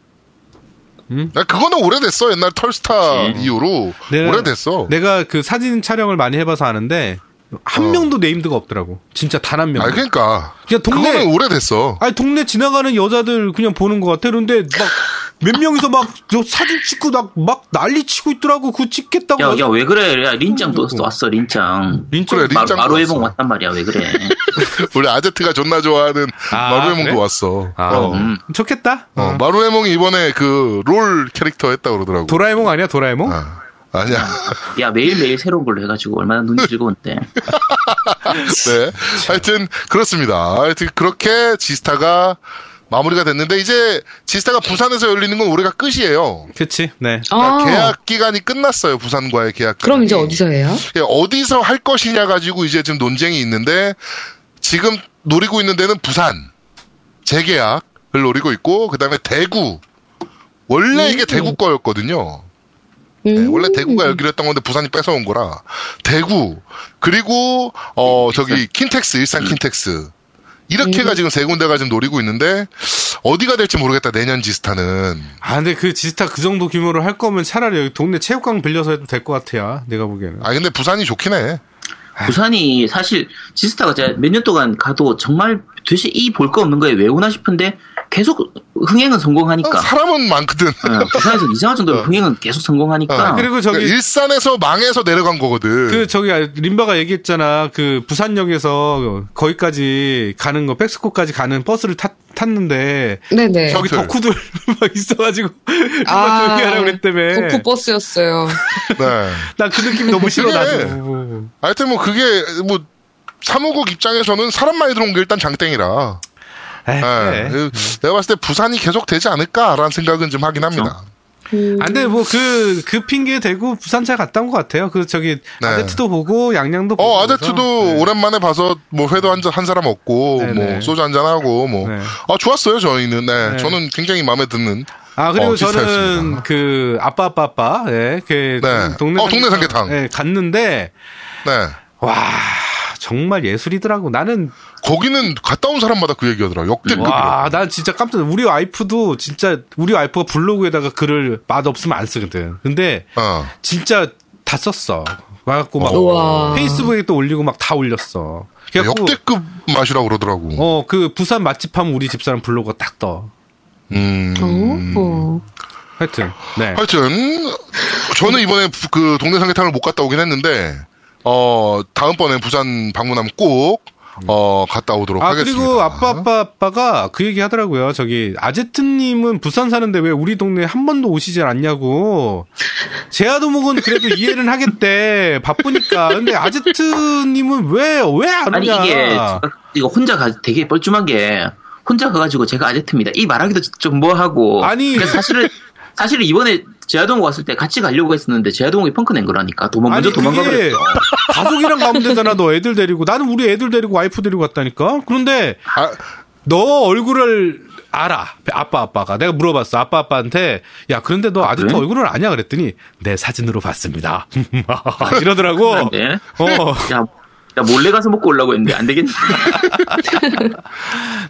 아, 그거는 오래됐어 옛날 털스타
음.
그치.
이후로
네.
오래됐어.
내가 그 사진 촬영을 많이 해봐서 아는데 한
어.
명도 네임드가 없더라고. 진짜 단 한 명.
아 그러니까
그냥 동네-
그거는
*laughs*
오래됐어.
아니 동네 지나가는 여자들 그냥 보는 것 같아. 그런데 막 몇 명이서 막저 사진 찍고 막, 막 난리 치고 있더라고. 그거 찍겠다고.
야,
해서-
야, 왜 그래? 야, 린짱 또 왔어, 린짱.
음,
린짱,
그래, 린짱도
마로 해봉
왔어.
왔단 말이야, 왜 그래?
원래 아제트가 존나 좋아하는
아,
마루에몽도
그래?
왔어.
아,
어.
음.
좋겠다.
어, 마루에몽이 이번에 그 롤 캐릭터 했다 그러더라고.
도라에몽 아니야 도라에몽?
아, 아니야.
음.
야, 매일매일 새로운 걸로 해가지고 얼마나 눈이
*laughs*
즐거운데.
네. 하여튼 그렇습니다. 하여튼 그렇게 지스타가 마무리가 됐는데 이제 지스타가 부산에서 열리는 건 올해가 끝이에요.
그치, 네.
그러니까
아,
계약 기간이 끝났어요. 부산과의 계약.
그럼 이제
기간이.
어디서 해요?
예, 어디서 할 것이냐 가지고 이제 지금 논쟁이 있는데 지금 노리고 있는 데는 부산 재계약을 노리고 있고 그다음에 대구 원래
음.
이게 대구 거였거든요. 네,
음.
원래 대구가 열기로 했던 건데 부산이 뺏어온 거라 대구 그리고
음.
어 저기 킨텍스 일산 킨텍스 이렇게가 지금 세 군데가 지금 노리고 있는데 어디가 될지 모르겠다 내년 지스타는
아, 근데 그 지스타 그 정도 규모로 할 거면 차라리 여기 동네 체육관 빌려서 해도 될 것 같아요. 내가 보기에는.
아 근데 부산이 좋긴 해
아.
부산이 사실 지스타가 몇 년 동안 가도 정말 도대체 이 볼 거 없는 거에 왜 오나 싶은데 계속 흥행은 성공하니까
사람은 많거든
어, 부산에서 이상할 정도로 흥행은 계속 성공하니까
어,
아, 그리고 저기,
그러니까 일산에서 망해서 내려간 거거든
그, 저기, 아, 림바가 얘기했잖아. 그, 부산역에서 거기까지 가는 거, 백스코까지 가는 버스를 탔, 탔는데,
네네.
저-
거기
셔틀.
덕후들 *laughs* 막 있어가지고, 림바
아,
조용히 하라고 그랬다며.
오프 버스였어요.
네.
나 그 느낌 너무 싫어,
그래.
나도.
하여튼 뭐 그게 뭐 사무국 입장에서는 사람 많이 들어온 게 일단 장땡이라.
에이,
예.
그래.
그 내가 봤을 때 부산이 계속 되지 않을까라는 생각은 좀 하긴 합니다.
그렇죠.
음.
안 돼, 뭐, 그, 그 핑계 대고 부산 잘 갔다 온 것 같아요. 그, 저기,
네.
아데트도 보고, 양양도 보고.
어,
그래서.
아제트도
네.
오랜만에 봐서 뭐 회도 한, 잔- 한 사람 먹고
네, 네.
뭐 소주 한 잔 하고 뭐.
네.
아, 좋았어요, 저희는. 네.
네.
저는 굉장히 마음에 드는.
아, 그리고
어,
저는
비슷하였습니다.
그, 아빠, 아빠, 아빠, 예, 그,
네.
동네,
어, 동네 삼계탕.
예, 갔는데,
네.
와, 정말 예술이더라고. 나는,
거기는 갔다 온 사람마다 그 얘기하더라. 역대급으로.
와, 나 진짜 깜짝 놀랐어. 우리 와이프도 진짜, 우리 와이프가 블로그에다가 글을 맛없으면 안 쓰거든. 근데,
어.
진짜 다 썼어. 와갖고 막,
우와.
페이스북에 또 올리고 막 다 올렸어. 그래갖고,
역대급 맛이라고 그러더라고.
어, 그, 부산 맛집 하면 우리 집사람 블로그가 딱 떠.
음.
어?
오.
하여튼, 네.
하여튼 저는 이번에 부- 그 동네 삼계탕을 못 갔다 오긴 했는데 어 다음번에 부산 방문하면 꼭 어 갔다 오도록
아
하겠습니다.
그리고 아빠 아빠 아빠가 그 얘기 하더라고요. 저기 아제트님은 부산 사는데 왜 우리 동네 에한 번도 오시질 않냐고. 제아도목은 그래도 이해는 하겠대. 바쁘니까. 근데 아제트님은 왜 왜 안
아니
오냐.
이게 제가 이거 혼자 가 되게 뻘쭘한 게 혼자 가가지고 제가 아제트입니다. 이 말하기도 좀 뭐하고.
아니.
그래서 사실은 사실은 이번에 제아동호 왔을 때 같이 가려고 했었는데 제아동호이 펑크 낸 거라니까 도망
아니
먼저 도망가
그게
버렸어.
가족이랑 가면 되잖아. 너 애들 데리고 나는 우리 애들 데리고 와이프 데리고 갔다니까. 그런데
아,
너 얼굴을 알아. 아빠 아빠가 내가 물어봤어. 아빠 아빠한테 야 그런데 너 아제트
그래?
얼굴을 아냐 그랬더니 내 사진으로 봤습니다. *laughs* 이러더라고.
네.
어.
야, 야 몰래 가서 먹고 오려고 했는데
*laughs*
안 되겠네.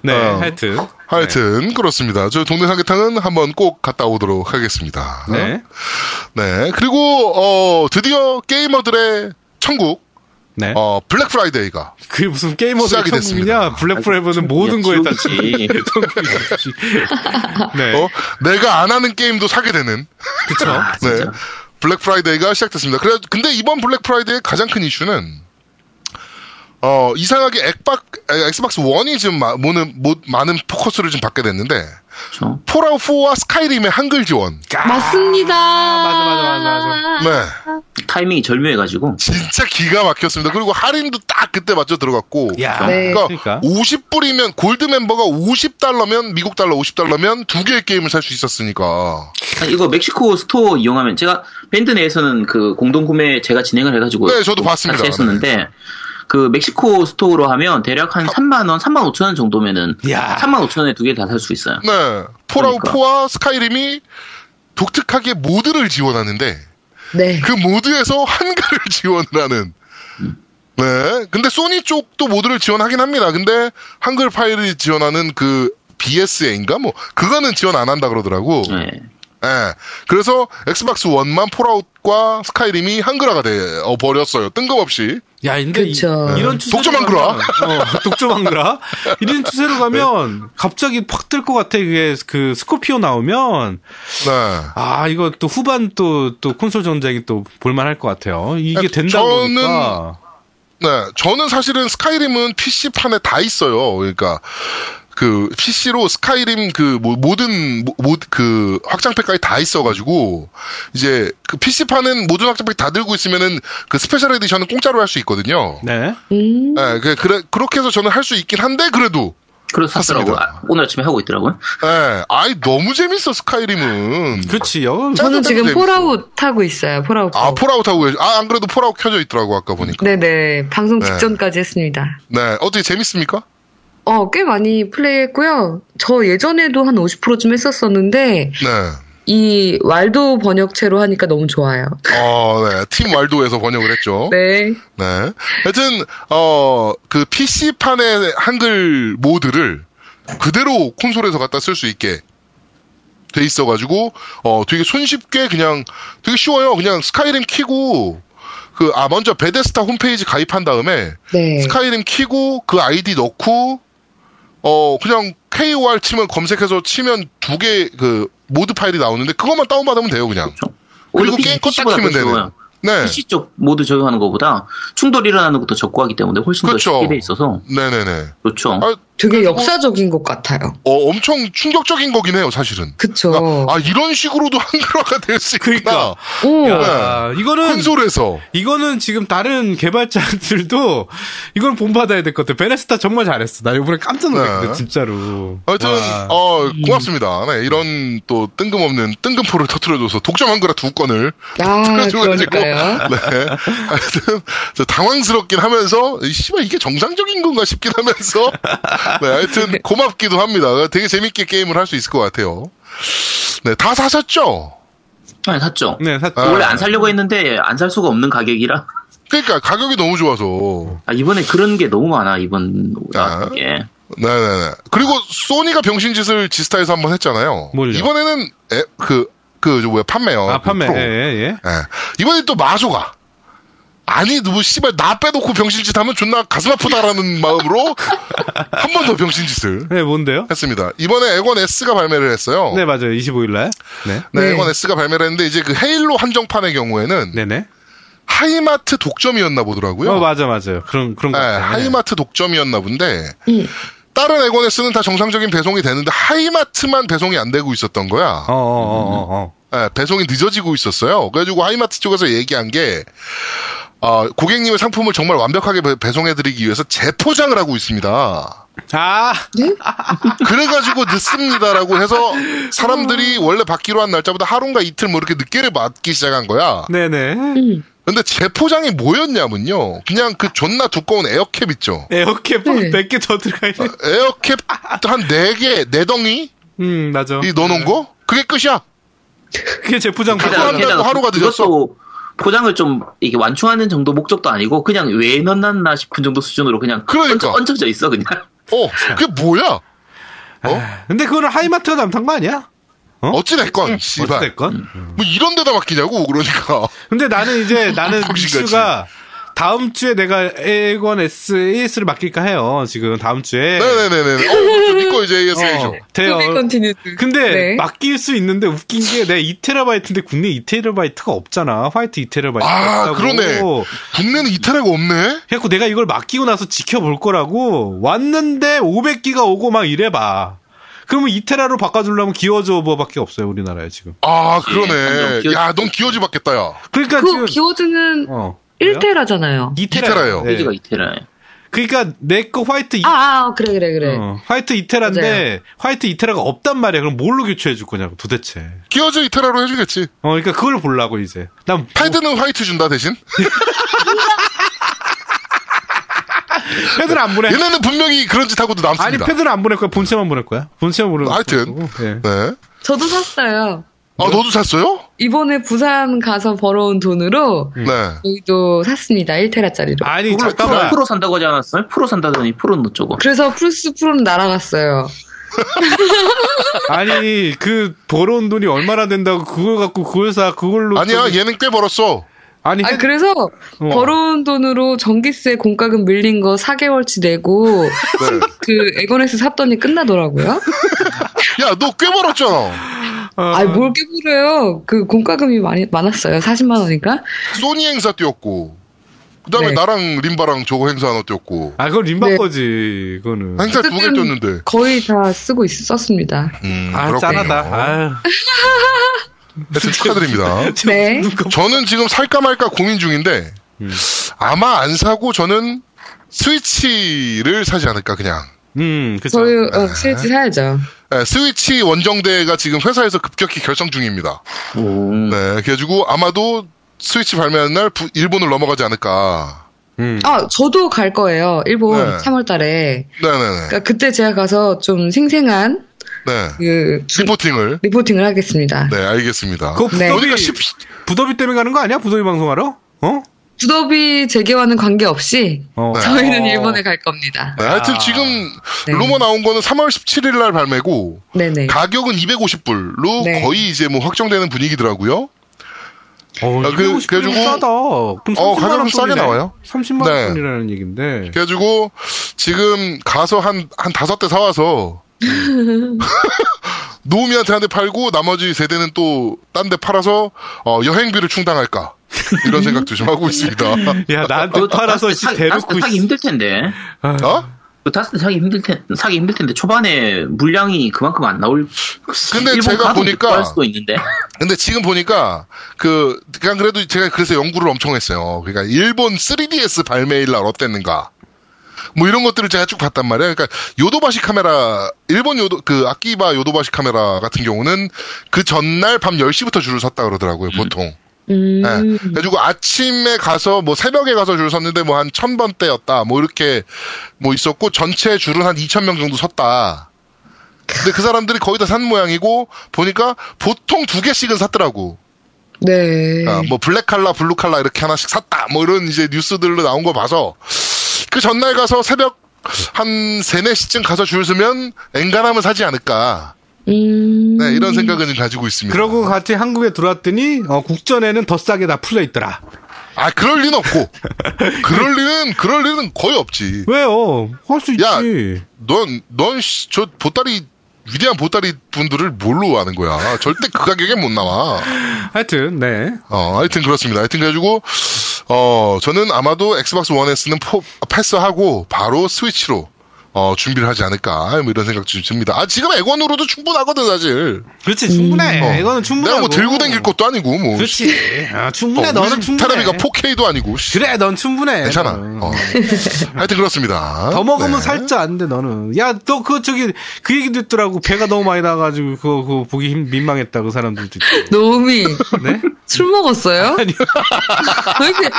네,
어.
하여튼. 네.
하여튼 그렇습니다. 저 동네 삼계탕은 한번 꼭 갔다 오도록 하겠습니다.
네.
네, 그리고 어 드디어 게이머들의 천국
네.
어 블랙 프라이데이가
그게 무슨 게이머들
시작이
천국이냐?
됐습니다.
블랙프레버는 모든 거에 다 지.
지
*laughs* 네.
어 내가 안 하는 게임도 사게 되는
그쵸.
아,
네.
진짜.
블랙 프라이데이가 시작됐습니다. 그래, 근데 이번 블랙 프라이데이의 가장 큰 이슈는, 어, 이상하게 엑박, 에, 엑스박스 1이 지금 마, 모는, 모, 많은 포커스를 좀 받게 됐는데,
그쵸.
폴아웃4와 스카이림의 한글 지원.
맞습니다.
맞아, 맞아, 맞아, 맞아.
네.
타이밍이 절묘해가지고.
진짜 기가 막혔습니다. 그리고 할인도 딱 그때 맞춰 들어갔고,
야.
네.
그러니까,
그러니까.
50불이면 골드 멤버가 50달러면 미국 달러 50달러면 두 개의 게임을 살 수 있었으니까
아니, 이거 멕시코 스토어 이용하면 제가 밴드 내에서는 그 공동 구매 제가 진행을 해가지고
네, 저도 봤습니다. 네.
같이 했었는데 그 멕시코 스토어로 하면 대략
아.
한 3만 원, 3만 5천 원 정도면은
야.
3만 5천 원에 두 개 다 살 수 있어요.
네. 폴아웃
그러니까.
4와 스카이림이 독특하게 모드를 지원하는데
네.
그 모드에서 한글을 *laughs* 지원하는. 네. 근데 소니 쪽도 모드를 지원하긴 합니다. 근데 한글 파일을 지원하는 그 BSA인가 뭐 그거는 지원 안 한다 그러더라고. 예.
네.
그래서 엑스박스 1만 폴아웃과 스카이림이 한글화가 돼 어, 버렸어요. 뜬금없이.
야, 근데 이,
그쵸.
이런 추세로
네. 독점
가면-
한글화?
어, 독점한그라. 이런 추세로
네.
가면 갑자기 확 뜰 것 같아. 그게 그 스코피오 나오면
네.
아, 이거 또 후반 또 또 콘솔 전쟁이 또 볼만할 것 같아요. 이게
아니,
된다고
저는-
보니까.
네, 저는 사실은 스카이림은 PC 판에 다 있어요. 그러니까 그 PC로 스카이림 그 뭐- 모든 모- 모- 그 확장팩까지 다 있어가지고 이제 그 PC 판은 모든 확장팩 다 들고 있으면은 그 스페셜 에디션은 공짜로 할 수 있거든요.
네.
음.
네, 그, 래 그렇게 해서 저는 할 수 있긴 한데 그래도
그래서 샀더라고요.
샀습니다.
아, 오늘 아침에 하고 있더라고요.
예, 아이 너무 재밌어 스카이림은.
그치요.
저는 지금
재밌어.
폴아웃 하고 있어요. 폴아웃.
아 폴아웃 하고 계시. 아안 그래도 폴아웃 켜져 있더라고 아까 보니까.
네네. 방송
네.
직전까지 했습니다.
네, 어떻게 재밌습니까?
어, 꽤 많이 플레이했고요. 저 예전에도 한 50%쯤 했었었는데,
네.
이 왈도 번역체로 하니까 너무 좋아요.
어, 네. 팀 왈도에서 번역을 했죠. 네.
네.
하여튼, 어, 그 PC판의 한글 모드를 그대로 콘솔에서 갖다 쓸 수 있게 돼 있어가지고, 어, 되게 손쉽게 그냥, 되게 쉬워요. 그냥 스카이림 키고, 그, 아, 먼저 베데스타 홈페이지 가입한 다음에,
네.
스카이림 키고, 그 아이디 넣고, 어, 그냥 KOR 치면 검색해서 치면 두 개, 그, 모드 파일이 나오는데, 그것만 다운받으면 돼요, 그냥.
오히려
그리고 게임
PC 보다
껐다 키면
더
되네.
좋아요.
네.
PC 쪽 모드 적용하는 것보다 충돌 일어나는 것도 적고 하기 때문에 훨씬
그쵸.
더 쉽게 돼 있어서
네네네. 그렇죠.
좋죠.
아,
되게 역사적인 것 같아요.
어, 엄청 충격적인 거긴 해요, 사실은.
그쵸.
그러니까, 아, 이런 식으로도 *laughs* 한글화가 될 수 있구나.
그러니까.
오.
야,
네.
이거는
콘솔에서.
이거는 지금 다른 개발자들도 이건 본받아야 될 것 같아. 베네스타 정말 잘했어. 나 이번에 깜짝 놀랐거든,
네.
진짜로.
하여튼,
와.
어, 고맙습니다. 네, 이런 또 뜬금없는 뜬금포를 터트려줘서 독점 한글화 두 건을
아,
터트려줘가지고.
그러니까요.
*laughs* 네. 하여튼, 저 당황스럽긴 하면서, 이 씨발, 이게 정상적인 건가 싶긴 하면서. 네, 하여튼, 고맙기도 합니다. 되게 재밌게 게임을 할 수 있을 것 같아요. 네, 다 사셨죠?
네, 샀죠.
네, 샀죠.
원래 안 살려고 했는데 안 살 수가 없는 가격이라
그러니까, 가격이 너무 좋아서.
아, 이번에 그런 게 너무 많아 이번
아.
예.
네네네. 그리고 소니가 병신짓을 지스타에서 한번 했잖아요.
뭘요?
이번에는 에, 그, 그, 저 뭐야, 판매요.
아, 판매.
그
예,
프로.
예, 예.
예. 이번에 또 마소가. 아니, 누구, 씨발, 나 빼놓고 병신짓 하면 존나 가슴 아프다라는 *laughs* 마음으로 한 번 더 병신짓을
네, 뭔데요?
했습니다. 이번에 에건 S가 발매를 했어요.
네, 맞아요. 25일날. 네.
네,
네.
에건 S가 발매를 했는데, 이제 그 헤일로 한정판의 경우에는
네네.
하이마트 독점이었나 보더라고요.
어, 맞아, 맞아요. 그런, 그런 거.
예,
같아요.
하이마트 독점이었나 본데,
음.
다른 에고네스는 다 정상적인 배송이 되는데 하이마트만 배송이 안 되고 있었던 거야.
어, 어, 어, 어, 어.
예, 배송이 늦어지고 있었어요. 그래가지고 하이마트 쪽에서 얘기한 게 어, 고객님의 상품을 정말 완벽하게 배- 배송해드리기 위해서 재포장을 하고 있습니다.
아,
그래가지고 늦습니다라고 해서 사람들이 원래 받기로 한 날짜보다 하루인가 이틀 뭐 이렇게 늦게를 받기 시작한 거야.
네네.
음.
근데 재포장이 뭐였냐면요. 그냥 그 존나 두꺼운 에어캡 있죠.
에어캡
네.
100개 더 들어가 뭐, 있네.
에어캡 한 네개네 덩이?
음, 맞아.
이 넣어놓은 거? 그게 끝이야.
그게 재포장
그거
게다가-
한다고
게다가
하루가
그-
늦었어.
그것도 포장을 좀 이게 완충하는 정도 목적도 아니고 그냥 왜 넣었나 싶은 정도 수준으로 그냥
그러니까.
얹- 얹혀져 있어 그냥.
어, 그게 뭐야?
아, 근데 그거는 하이마트가 담당 거 아니야?
어찌됐건, 씨발.
어쨌건.
뭐 이런 데다 맡기냐고, 그러니까.
근데 나는 이제
*laughs*
나는
정신같이.
이슈가 다음 주에 내가 에건 S AS를 맡길까 해요. 지금 다음 주에.
네네네네. 어, 니꺼 이제 ASA죠.
어, 돼요.
소비 컨티뉴.
근데
네.
맡길 수 있는데 웃긴 게 내 2테라바이트인데 국내 2테라바이트가 없잖아. 화이트 2테라바이트.
아, 그러네. 국내는 이탈리가 없네?
그래갖고 내가 이걸 맡기고 나서 지켜볼 거라고 왔는데 500기가 오고 막 이래봐. 그러면 2테라로 바꿔주려면 기어저버밖에 없어요 우리나라에 지금.
아,
완전
그러네.
기어지-
야, 넌 기어지 받겠다, 야.
그러니까
그
지금
기호즈는
어
1테라잖아요.
2테라예요.
이테라예요.
네.
페이지가 이태라예요.
그러니까 내 거 화이트 이-
아, 아, 그래, 그래, 그래.
어, 화이트 이테라인데 화이트 이테라가 없단 말이야. 그럼 뭘로 교체해 줄 거냐고 도대체.
기어지 이탈리로 해주겠지.
어, 그러니까 그걸 보려고 이제. 난
패드는 화이트 준다, 대신.
패드를 안 보내.
얘네는 분명히 그런 짓 하고도
아니
남습니다.
패드를 안 보낼 거야. 본체만 보낼 거야. 본체만 보낼 거야.
하여튼.
예.
네.
저도 샀어요.
아, 너도 샀어요?
이번에 부산 가서 벌어온 돈으로
네.
저희도 샀습니다. 1테라짜리로.
아니
프로,
잠깐만.
프로 산다고 하지 않았어요? 프로 산다더니 프로는 어쩌고.
그래서 플스 프로는 날아갔어요.
아니 그 벌어온 돈이 얼마나 된다고 그걸 갖고 그걸 사 그걸로
아니야,
저기-
얘는 꽤 벌었어.
아니
아
해-
그래서 벌어온 돈으로 전기세 공과금 밀린 거 4개월치 내고
*laughs* 네.
그 에건엑스 샀더니 끝나더라고요.
야, 너 꽤 벌었잖아.
어,
그- 아이 뭘 깨부려요. 그 공과금이 많이 많았어요. 40만 원인가?
소니 행사 뛰었고. 그 다음에
네.
나랑 림바랑 저거 행사 하나 뛰었고.
아 그건 림바
네.
거지 그거는.
행사 두 개
어쨌든
뛰었는데.
거의 다 쓰고 있, 썼습니다.
음,
아
그렇군요.
짠하다.
하여튼
*laughs*
축하드립니다.
네.
저는 지금 살까 말까 고민 중인데
음.
아마 안 사고 저는 스위치를 사지 않을까 그냥.
음, 그쵸.
저유 어, 스위치 사야죠.
네, 스위치 원정대가 지금 회사에서 급격히 결정 중입니다.
음.
네, 그래가지고 아마도 스위치 발매하는 날 부- 일본을 넘어가지 않을까.
음.
아, 저도 갈 거예요. 일본
네.
3월달에.
네네네.
그러니까 그때 제가 가서 좀 생생한
네.
그 주-
리포팅을.
리포팅을 하겠습니다.
네, 알겠습니다.
그거 부더비,
네.
어디가 십-
부더비 때문에 가는 거 아니야? 부더비 방송하러? 어?
부더비 재개와는 관계없이
어.
네.
저희는
어.
일본에 갈 겁니다.
네,
아.
하여튼 지금
네.
루머 나온 거는 3월 17일 날 발매고
네네.
가격은 250불로
네.
거의 이제 뭐 확정되는 분위기더라고요.
어,
아, 그-
250 이면
그래가지고-
싸다. 그럼 30만
어, 가격은
원
싸게
돈이네.
나와요.
30만
네.
원이라는 얘기인데.
그래가지고 지금 가서 한, 한 다섯 대
*laughs*
사와서 노우미한테 한 대 팔고 나머지 세 대는 또 딴 데 팔아서 어, 여행비를 충당할까 이런 생각도 좀 하고
*laughs*
있습니다.
야, 나한테
그거
팔아서 씨
다섯 대 사기- 다섯
대놓고
대 사기
씨.
힘들 텐데.
어?
그 다섯 대 사기 힘들 텐 사기 힘들 텐데 초반에 물량이 그만큼 안 나올.
근데
일본
제가
가도
보니까-
할 수도 있는데.
*laughs* 근데 지금 보니까 그 그냥 그래도 제가 그래서 연구를 엄청 했어요. 그러니까 일본 3DS 발매일 날 어땠는가. 뭐 이런 것들을 제가 쭉 봤단 말이에요. 그러니까 요도바시 카메라 일본 요도 그 아키바 요도바시 카메라 같은 경우는 그 전날 밤 10시부터 줄을 섰다 그러더라고요, 보통.
음.
예. 그래가지고 아침에 가서 뭐 새벽에 가서 줄 섰는데 뭐 한 1000번대였다. 뭐 이렇게 뭐 있었고 전체 줄은 한 2000명 정도 섰다. 근데 그 사람들이 거의 다 산 모양이고 보니까 보통 두 개씩은 샀더라고.
네.
아, 뭐 블랙 칼라, 블루 칼라 이렇게 하나씩 샀다. 뭐 이런 이제 뉴스들로 나온 거 봐서 그 전날 가서 새벽 한 세네 시쯤 가서 줄 서면 엔간하면 사지 않을까.
음.
네, 이런 생각은 좀 가지고 있습니다.
그러고 같이 한국에 들어왔더니 어, 국전에는 더 싸게 다 풀려 있더라.
아, 그럴 리는 없고. 그럴 리는 그럴 리는 거의 없지.
왜요? 할 수 있지.
야. 넌, 넌, 씨, 저, 보따리, 위대한 보따리 분들을 뭘로 아는 거야? 절대 그 가격에 못 나와.
하여튼 네.
어, 하여튼 그렇습니다. 하여튼 그래가지고, 어, 저는 아마도 엑스박스 원 S는 포, 패스하고 바로 스위치로, 어, 준비를 하지 않을까. 뭐 이런 생각 좀 듭니다. 아, 지금 액원으로도 충분하거든, 사실.
그렇지 충분해.
어.
이거는 예, 충분해.
내가 뭐 들고 다닐 것도 아니고, 뭐.
그렇지. 아, 충분해.
어,
너는
우리
충분해.
테레비가 4K도 아니고. 씨,
그래, 넌 충분해.
괜찮아.
너는. *laughs*
어. 하여튼 그렇습니다.
더 먹으면
네.
살자 안 돼, 너는. 야, 너 그, 저기, 그 얘기도 있더라고. 배가 너무 많이 나가지고, 그거, 그거 보기 힘- 민망했다, 그 사람들도 있고.
노미
네?
술 먹었어요?
아니요.
*laughs* 왜 이렇게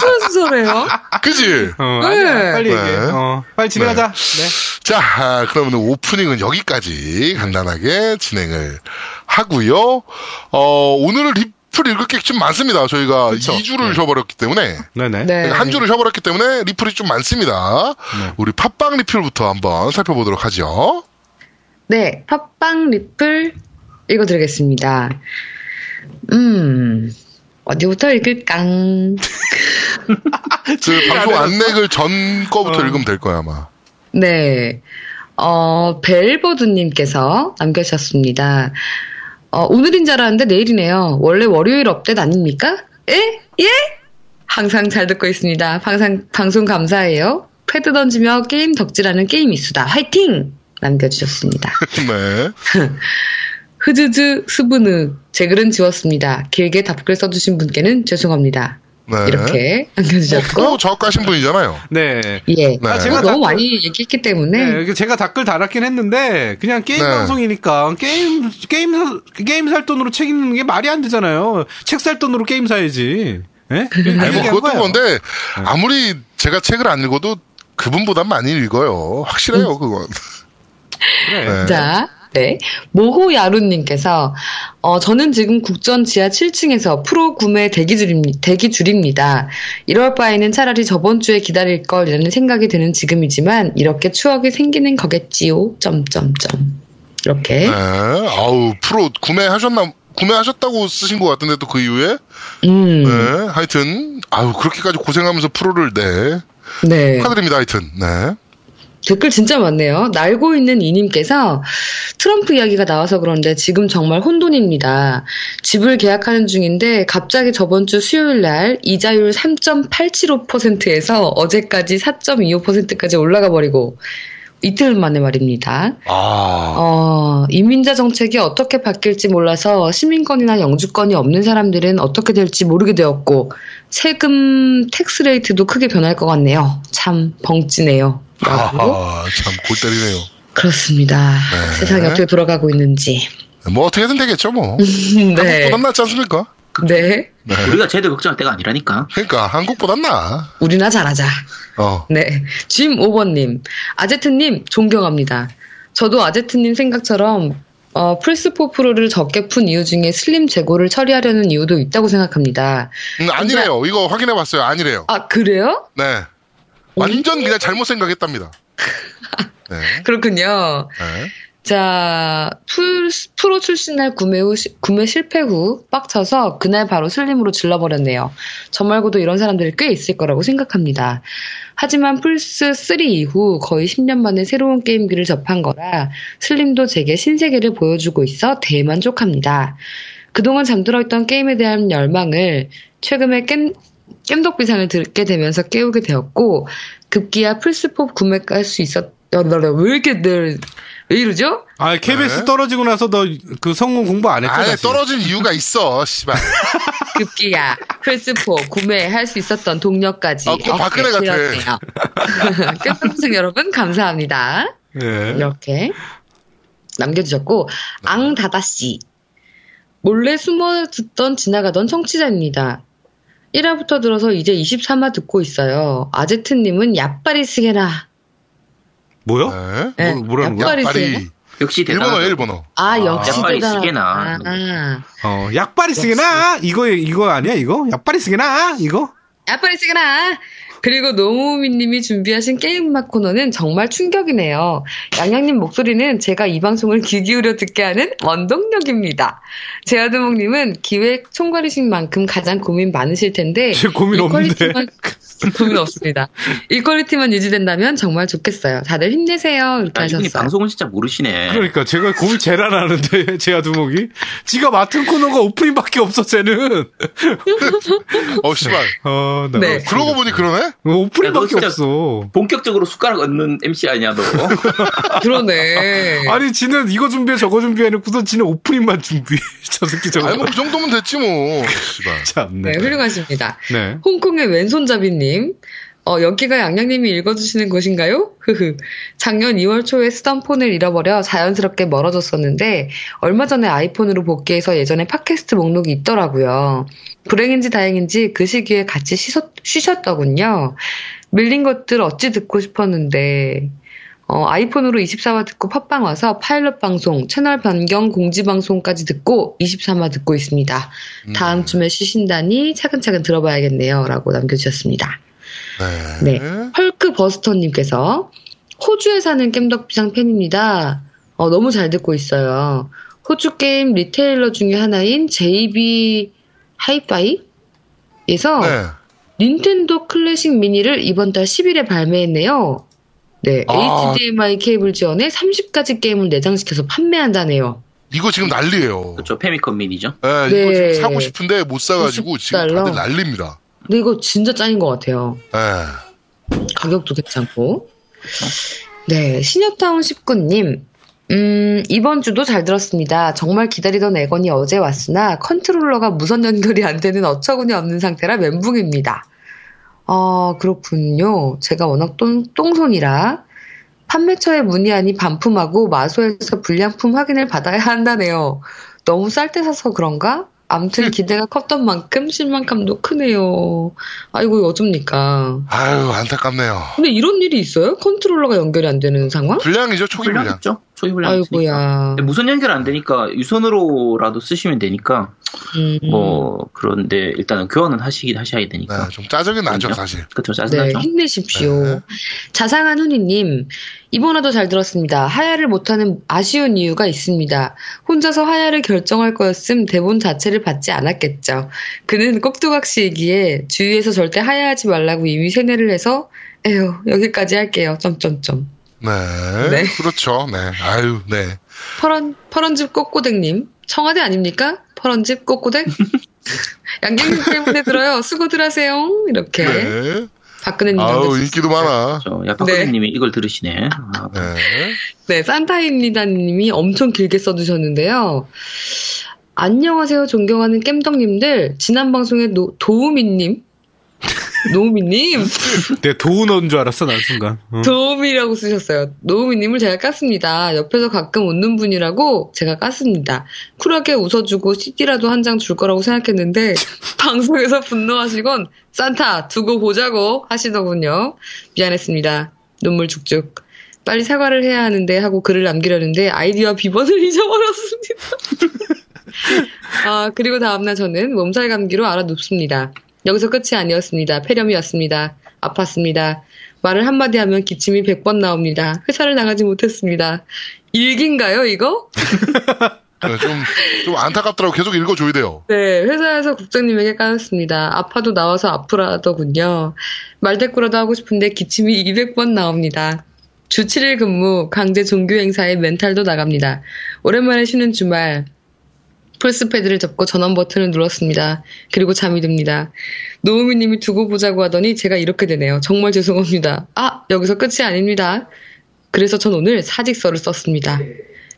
횡설수설해요?
그지?
어, 아니야.
네.
빨리
네.
얘기해. 어, 빨리 진행하자. 네.
자, 아, 그러면 오프닝은 여기까지 간단하게 진행을 하고요. 어, 오늘은 리플 읽을 게 좀 많습니다. 저희가
그쵸.
2주를 쉬어버렸기 때문에.
그렇죠. 네. 네네. 네.
네.
한 주를 쉬어버렸기 때문에 리플이 좀 많습니다. 우리 팟빵 리플부터 한번 살펴보도록
*laughs*
하죠.
네, 팟빵 리플 읽어드리겠습니다. 음, 어디부터 읽을깡?
그 방송 안내글 전
어.
거부터 읽으면 될 거야,
*laughs*
아마.
네. 어, 벨보드님께서 남겨주셨습니다. 어, 오늘인 줄 알았는데 내일이네요. 원래 월요일 업데이트 아닙니까? 예? 예? 항상 잘 듣고 있습니다. 항상 방송 감사해요. 패드 던지며 게임 덕질하는 게임 이수다. 화이팅! 남겨주셨습니다.
네.
흐즈즈 스브느 제 글은 지웠습니다. 길게 답글 써주신 분께는 죄송합니다.
네.
이렇게
또
남겨주셨고
저가신 분이잖아요.
네.
예
네. 아,
제가
너무
답글-
많이 얘기했기
네.
때문에
이렇게 제가 댓글 달았긴 했는데, 그냥 게임
네.
방송이니까, 게임, 게임, 사- 게임 살 돈으로 책 읽는 게 말이 안 되잖아요. 책 살 돈으로 게임 사야지. 예?
아니, 뭐
얘기한
그것도
거예요. 네.
그런데 아무리 제가 책을 안 읽어도 그분보다 많이 읽어요.
음.
확실해요, 그건.
그래.
네.
자, 네. 모호야루님께서, 어, 저는 지금 국전 지하 7층에서 프로 구매 대기 줄입니다. 대기 줄입니다. 이럴 바에는 차라리 저번 주에 기다릴 걸이라는 생각이 드는 지금이지만, 이렇게 추억이 생기는 거겠지요. 점점점. 이렇게.
네. 아우, 프로 구매하셨나, 구매하셨다고 쓰신 것 같은데 또 그 이후에?
음,
네. 하여튼, 아우, 그렇게까지 고생하면서 프로를, 네.
네.
축하드립니다, 하여튼. 네.
댓글 진짜 많네요. 날고 있는 이님께서 트럼프 이야기가 나와서 그런데 지금 정말 혼돈입니다. 집을 계약하는 중인데 갑자기 저번 주 수요일 날 이자율 3.875%에서 어제까지 4.25%까지 올라가 버리고 이틀 만에 말입니다.
아,
어, 이민자 정책이 어떻게 바뀔지 몰라서 시민권이나 영주권이 없는 사람들은 어떻게 될지 모르게 되었고 세금 텍스 레이트도 크게 변할 것 같네요. 참 벙찌네요. 라고.
아하, 참, 골 때리네요.
그렇습니다.
네.
세상이 어떻게 돌아가고 있는지.
뭐, 어떻게든 되겠죠, 뭐.
네.
한국보단 낫지 않습니까?
네.
우리가 쟤들 걱정할 때가 아니라니까.
그러니까, 한국보단 나.
우리나 잘하자.
어.
네. 짐 5번님. 아제트님, 존경합니다. 저도 아제트님 생각처럼, 어, 플스4 프로를 적게 푼 이유 중에 슬림 재고를 처리하려는 이유도 있다고 생각합니다.
음, 아니래요. 이거 확인해 봤어요. 아니래요.
아, 그래요?
네. 완전 그냥 잘못
*laughs*
생각했답니다. 네.
그렇군요.
네.
자, 플스- 프로 출신날 구매 후, 시- 구매 실패 후 빡쳐서 그날 바로 슬림으로 질러버렸네요. 저 말고도 이런 사람들이 꽤 있을 거라고 생각합니다. 하지만 플스3 이후 거의 10년 만에 새로운 게임기를 접한 거라 슬림도 제게 신세계를 보여주고 있어 대만족합니다. 그동안 잠들어있던 게임에 대한 열망을 최근에 겜, 겜덕 비상을 듣게 되면서 깨우게 되었고 급기야 플스4 구매할 수 있었, 야, 나, 나, 왜 이렇게 늘, 왜 이러죠?
아, KBS
네.
떨어지고 나서 너 그 성공 공부 안 했잖아.
아예 떨어진 이유가 있어, 씨발.
급기야 플스4 구매할 수 있었던 동력까지.
아, 그거 박근혜 같아.
*laughs* 끝선생 여러분 감사합니다.
예.
이렇게 남겨주셨고
네.
앙다다 씨 몰래 숨어 듣던 지나가던 청취자입니다. 1화부터 들어서 이제 23화 듣고 있어요. 아제트님은 야빨이 쓰게나.
뭐요?
네.
네,
뭐- 뭐라는 거야?
약발이 쓰게나.
약발이.
역시 대단하다.
일본어, 일본어.
아, 역시
약발이
대단하다.
쓰게나.
아,
어, 약발이 쓰게나? 이거, 이거 아니야, 이거? 약발이 쓰게나? 이거?
야빨이 쓰거나. 그리고 노무미님이 준비하신 게임 맛 코너는 정말 충격이네요. 양양님 목소리는 제가 이 방송을 귀 기울여 듣게 하는 원동력입니다. 제아드목님은 기획 총괄이신 만큼 가장 고민 많으실 텐데
제 고민
이
없는데. *laughs*
퀄리티만- 고민 없습니다. 이 퀄리티만 유지된다면 정말 좋겠어요. 다들 힘내세요. 이렇게
야, 아, 이분이
하셨어요.
방송을 진짜 모르시네.
그러니까 제가 고민 제일 안 하는데, *laughs* 제아 두목이. 지가 맡은 코너가 오프닝밖에 없어, 쟤는.
어, 씨발.
어, 나. 어,
네.
그러고 보니 그러네?
야, 너
오프닝밖에
진짜-
없어.
본격적으로 숟가락 얹는 MC 아니야, 너.
*laughs*
그러네.
*laughs* 아니, 지는 이거 준비해, 저거 준비해 놓고서 지는 오프닝만 준비해. *laughs* 저 새끼 저거.
아니, 뭐, 그 정도면 됐지, 뭐. 씨발.
참네.
네, 훌륭하십니다.
네.
홍콩의 왼손잡이님. 어, 여기가 양양님이 읽어주시는 곳인가요? 흐흐. 작년 2월 초에 쓰던 폰을 잃어버려 자연스럽게 멀어졌었는데, 얼마 전에 아이폰으로 복귀해서 예전에 팟캐스트 목록이 있더라고요. 불행인지 다행인지 그 시기에 같이 쉬셨, 쉬셨더군요. 밀린 것들 어찌 듣고 싶었는데, 어, 아이폰으로 24화 듣고 팟빵 와서 파일럿 방송, 채널 변경 공지 방송까지 듣고 23화 듣고 있습니다. 다음 주에 쉬신다니 차근차근 들어봐야겠네요. 라고 남겨주셨습니다.
네.
네. 헐크 버스터님께서 호주에 사는 겜덕비상 팬입니다. 어, 너무 잘 듣고 있어요. 호주 게임 리테일러 중에 하나인 JB 하이파이? 에서
네.
닌텐도 클래식 미니를 이번 달 10일에 발매했네요. 네,
아.
HDMI 케이블 지원에 30가지 게임을 내장시켜서 판매한다네요.
이거 지금 난리예요.
저 어. 페미컴 미니죠.
예, 이거
네.
지금 사고 싶은데 못 사가지고 지금
$90.
다들 난립니다.
근데 이거 진짜 짱인 것 같아요.
예.
가격도 괜찮고. 네, 신여타운 19님. 음, 이번 주도 잘 들었습니다. 정말 기다리던 애건이 어제 왔으나 컨트롤러가 무선 연결이 안 되는 어처구니 없는 상태라 멘붕입니다. 아, 그렇군요. 제가 워낙 똥, 똥손이라 판매처에 문의하니 반품하고 마소에서 불량품 확인을 받아야 한다네요. 너무 쌀 때 사서 그런가? 암튼 기대가 컸던 만큼 실망감도 크네요. 아이고, 이거 어쩝니까.
아유, 안타깝네요.
근데 이런 일이 있어요? 컨트롤러가 연결이 안 되는 상황?
불량이죠, 초기 불량.
불량이죠? 초기 불량. 있으니까.
아이고야.
근데 무선 연결 안 되니까 유선으로라도 쓰시면 되니까
음.
뭐 그런데 일단은 교환은 하시긴 하셔야
네,
되니까
좀 짜증이 나죠,
그죠?
사실.
그쵸
네,
짜증나죠
힘내십시오.
네.
자상한 훈이님, 이번화도 잘 들었습니다. 하야를 못하는 아쉬운 이유가 있습니다. 혼자서 하야를 결정할 거였음 대본 자체를 받지 않았겠죠. 그는 꼭두각시이기에 주위에서 절대 하야하지 말라고 이미 세뇌를 해서 에휴 여기까지 할게요. 점점점.
네.
네.
그렇죠. 네. 아유, 네.
퍼런 퍼런집 꼬꼬댁님 청와대 아닙니까?
*laughs*
퍼런집 꼬꼬댁 양갱님 때문에 들어요. 수고들 하세요. 이렇게
네.
박근혜님도
아우 인기도 많아.
저, 야, 박근혜님이 이걸 들으시네. 아,
네.
네, 산타입니다님이 엄청 길게 써두셨는데요. 안녕하세요, 존경하는 깸덕님들. 지난 방송에 노-
*laughs*
도우미님, 노우미님,
내 도우너인 줄 알았어 난 순간. 응.
그- 도우미라고 쓰셨어요. 노우미님을 제가 깠습니다. 옆에서 가끔 웃는 분이라고 제가 깠습니다. 쿨하게 웃어주고 CD라도 한 장 줄 거라고 생각했는데 *laughs* 방송에서 분노하시곤 산타 두고 보자고 하시더군요. 미안했습니다. 눈물 죽죽. 빨리 사과를 해야 하는데 하고 글을 남기려는데 아이디와 비번을 *laughs* 잊어버렸습니다. 아, 그리고 다음날 저는 몸살 감기로 알아눕습니다. 여기서 끝이 아니었습니다. 폐렴이었습니다. 아팠습니다. 말을 한마디 하면 기침이 100번 나옵니다. 회사를 나가지 못했습니다. 일기인가요, 이거?
네, 좀, 좀 안타깝더라고. 계속 읽어줘야 돼요.
네, 회사에서 국장님에게 까였습니다. 아파도 나와서 아프라더군요. 말대꾸라도 하고 싶은데 기침이 200번 나옵니다. 주 7일 근무, 강제 종교 행사에 멘탈도 나갑니다. 오랜만에 쉬는 주말, 풀스패드를 접고 전원 버튼을 눌렀습니다. 그리고 잠이 듭니다. 노우미님이 두고 보자고 하더니 제가 이렇게 되네요. 정말 죄송합니다. 아, 여기서 끝이 아닙니다. 그래서 전 오늘 사직서를 썼습니다.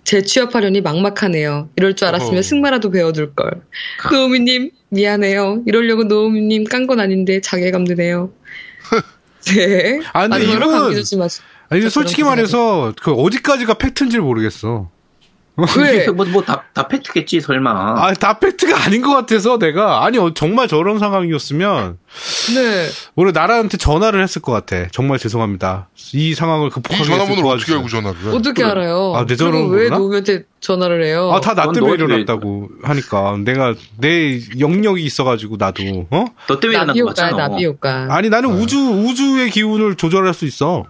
재취업하려니 막막하네요. 이럴 줄 알았으면
어허.
승마라도 배워둘 걸. 노우미님 미안해요. 이러려고 노우미님 깐 건 아닌데 자괴감 드네요. 네.
아, 근데
아니, 여러
이건-
관계 조지 마시.
아니 근데 솔직히 말해서 그 어디까지가 팩트인지 모르겠어.
왜?
뭐, 뭐, 다, 다 팩트겠지, 설마.
아 다 팩트가 아닌 것 같아서 내가 아니 어, 정말 저런 상황이었으면
네.
오늘 나라한테 전화를 했을 것 같아. 정말 죄송합니다. 이 상황을
이
극복하기 위해서
전화번호를 어떻게
네. 도와주세요.
알고 전화를? 해?
어떻게 알아요?
아, 내
그리고
전화로
왜
보나?
노우미한테 전화를 해요?
아, 다 나
넌
때문에
너희들-
일어났다고 하니까. 내가, 내 영역이 있어가지고, 나도, 어?
너 때문에 일어난
나비
거
효과야,
맞잖아.
나비 효과.
아니,
어.
나는 우주, 우주의 기운을 조절할 수 있어.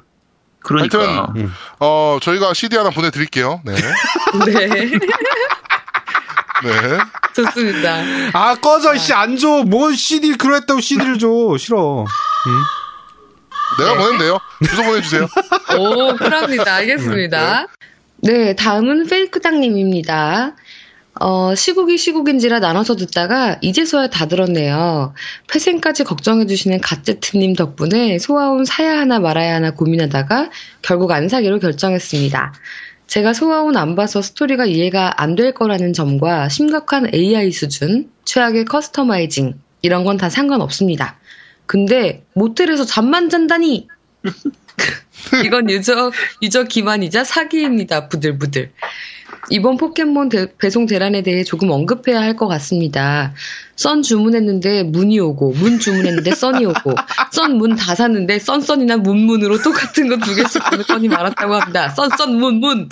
그러니까.
하여튼, 어, 저희가 CD 하나 보내드릴게요. 네.
네. *laughs*
네.
좋습니다.
아, 꺼져, 씨, 안 줘. 뭔 CD, 그랬다고 CD를 줘. 싫어.
네.
내가 보내면 돼요. 주소 보내주세요.
오, 그럽니다. 알겠습니다. 네, 다음은 페이크당님입니다. 어, 시국이 시국인지라 나눠서 듣다가 이제서야 다 들었네요. 폐생까지 걱정해주시는 갓제트님 덕분에 소아온 사야 하나 말아야 하나 고민하다가 결국 안 사기로 결정했습니다. 제가 소아온 안 봐서 스토리가 이해가 안 될 거라는 점과 심각한 AI 수준, 최악의 커스터마이징, 이런 건 다 상관없습니다. 근데 모텔에서 잠만 잔다니! *laughs* 이건 유저, 유저 기만이자 사기입니다. 부들부들. 이번 포켓몬 대- 배송 대란에 대해 조금 언급해야 할 것 같습니다. 썬 주문했는데 문이 오고, 문 주문했는데 썬이 오고, 썬 문 다 샀는데 썬썬이나 문문으로 똑같은 거 두 개씩 보는 썬이 많았다고 합니다. 썬썬 문문!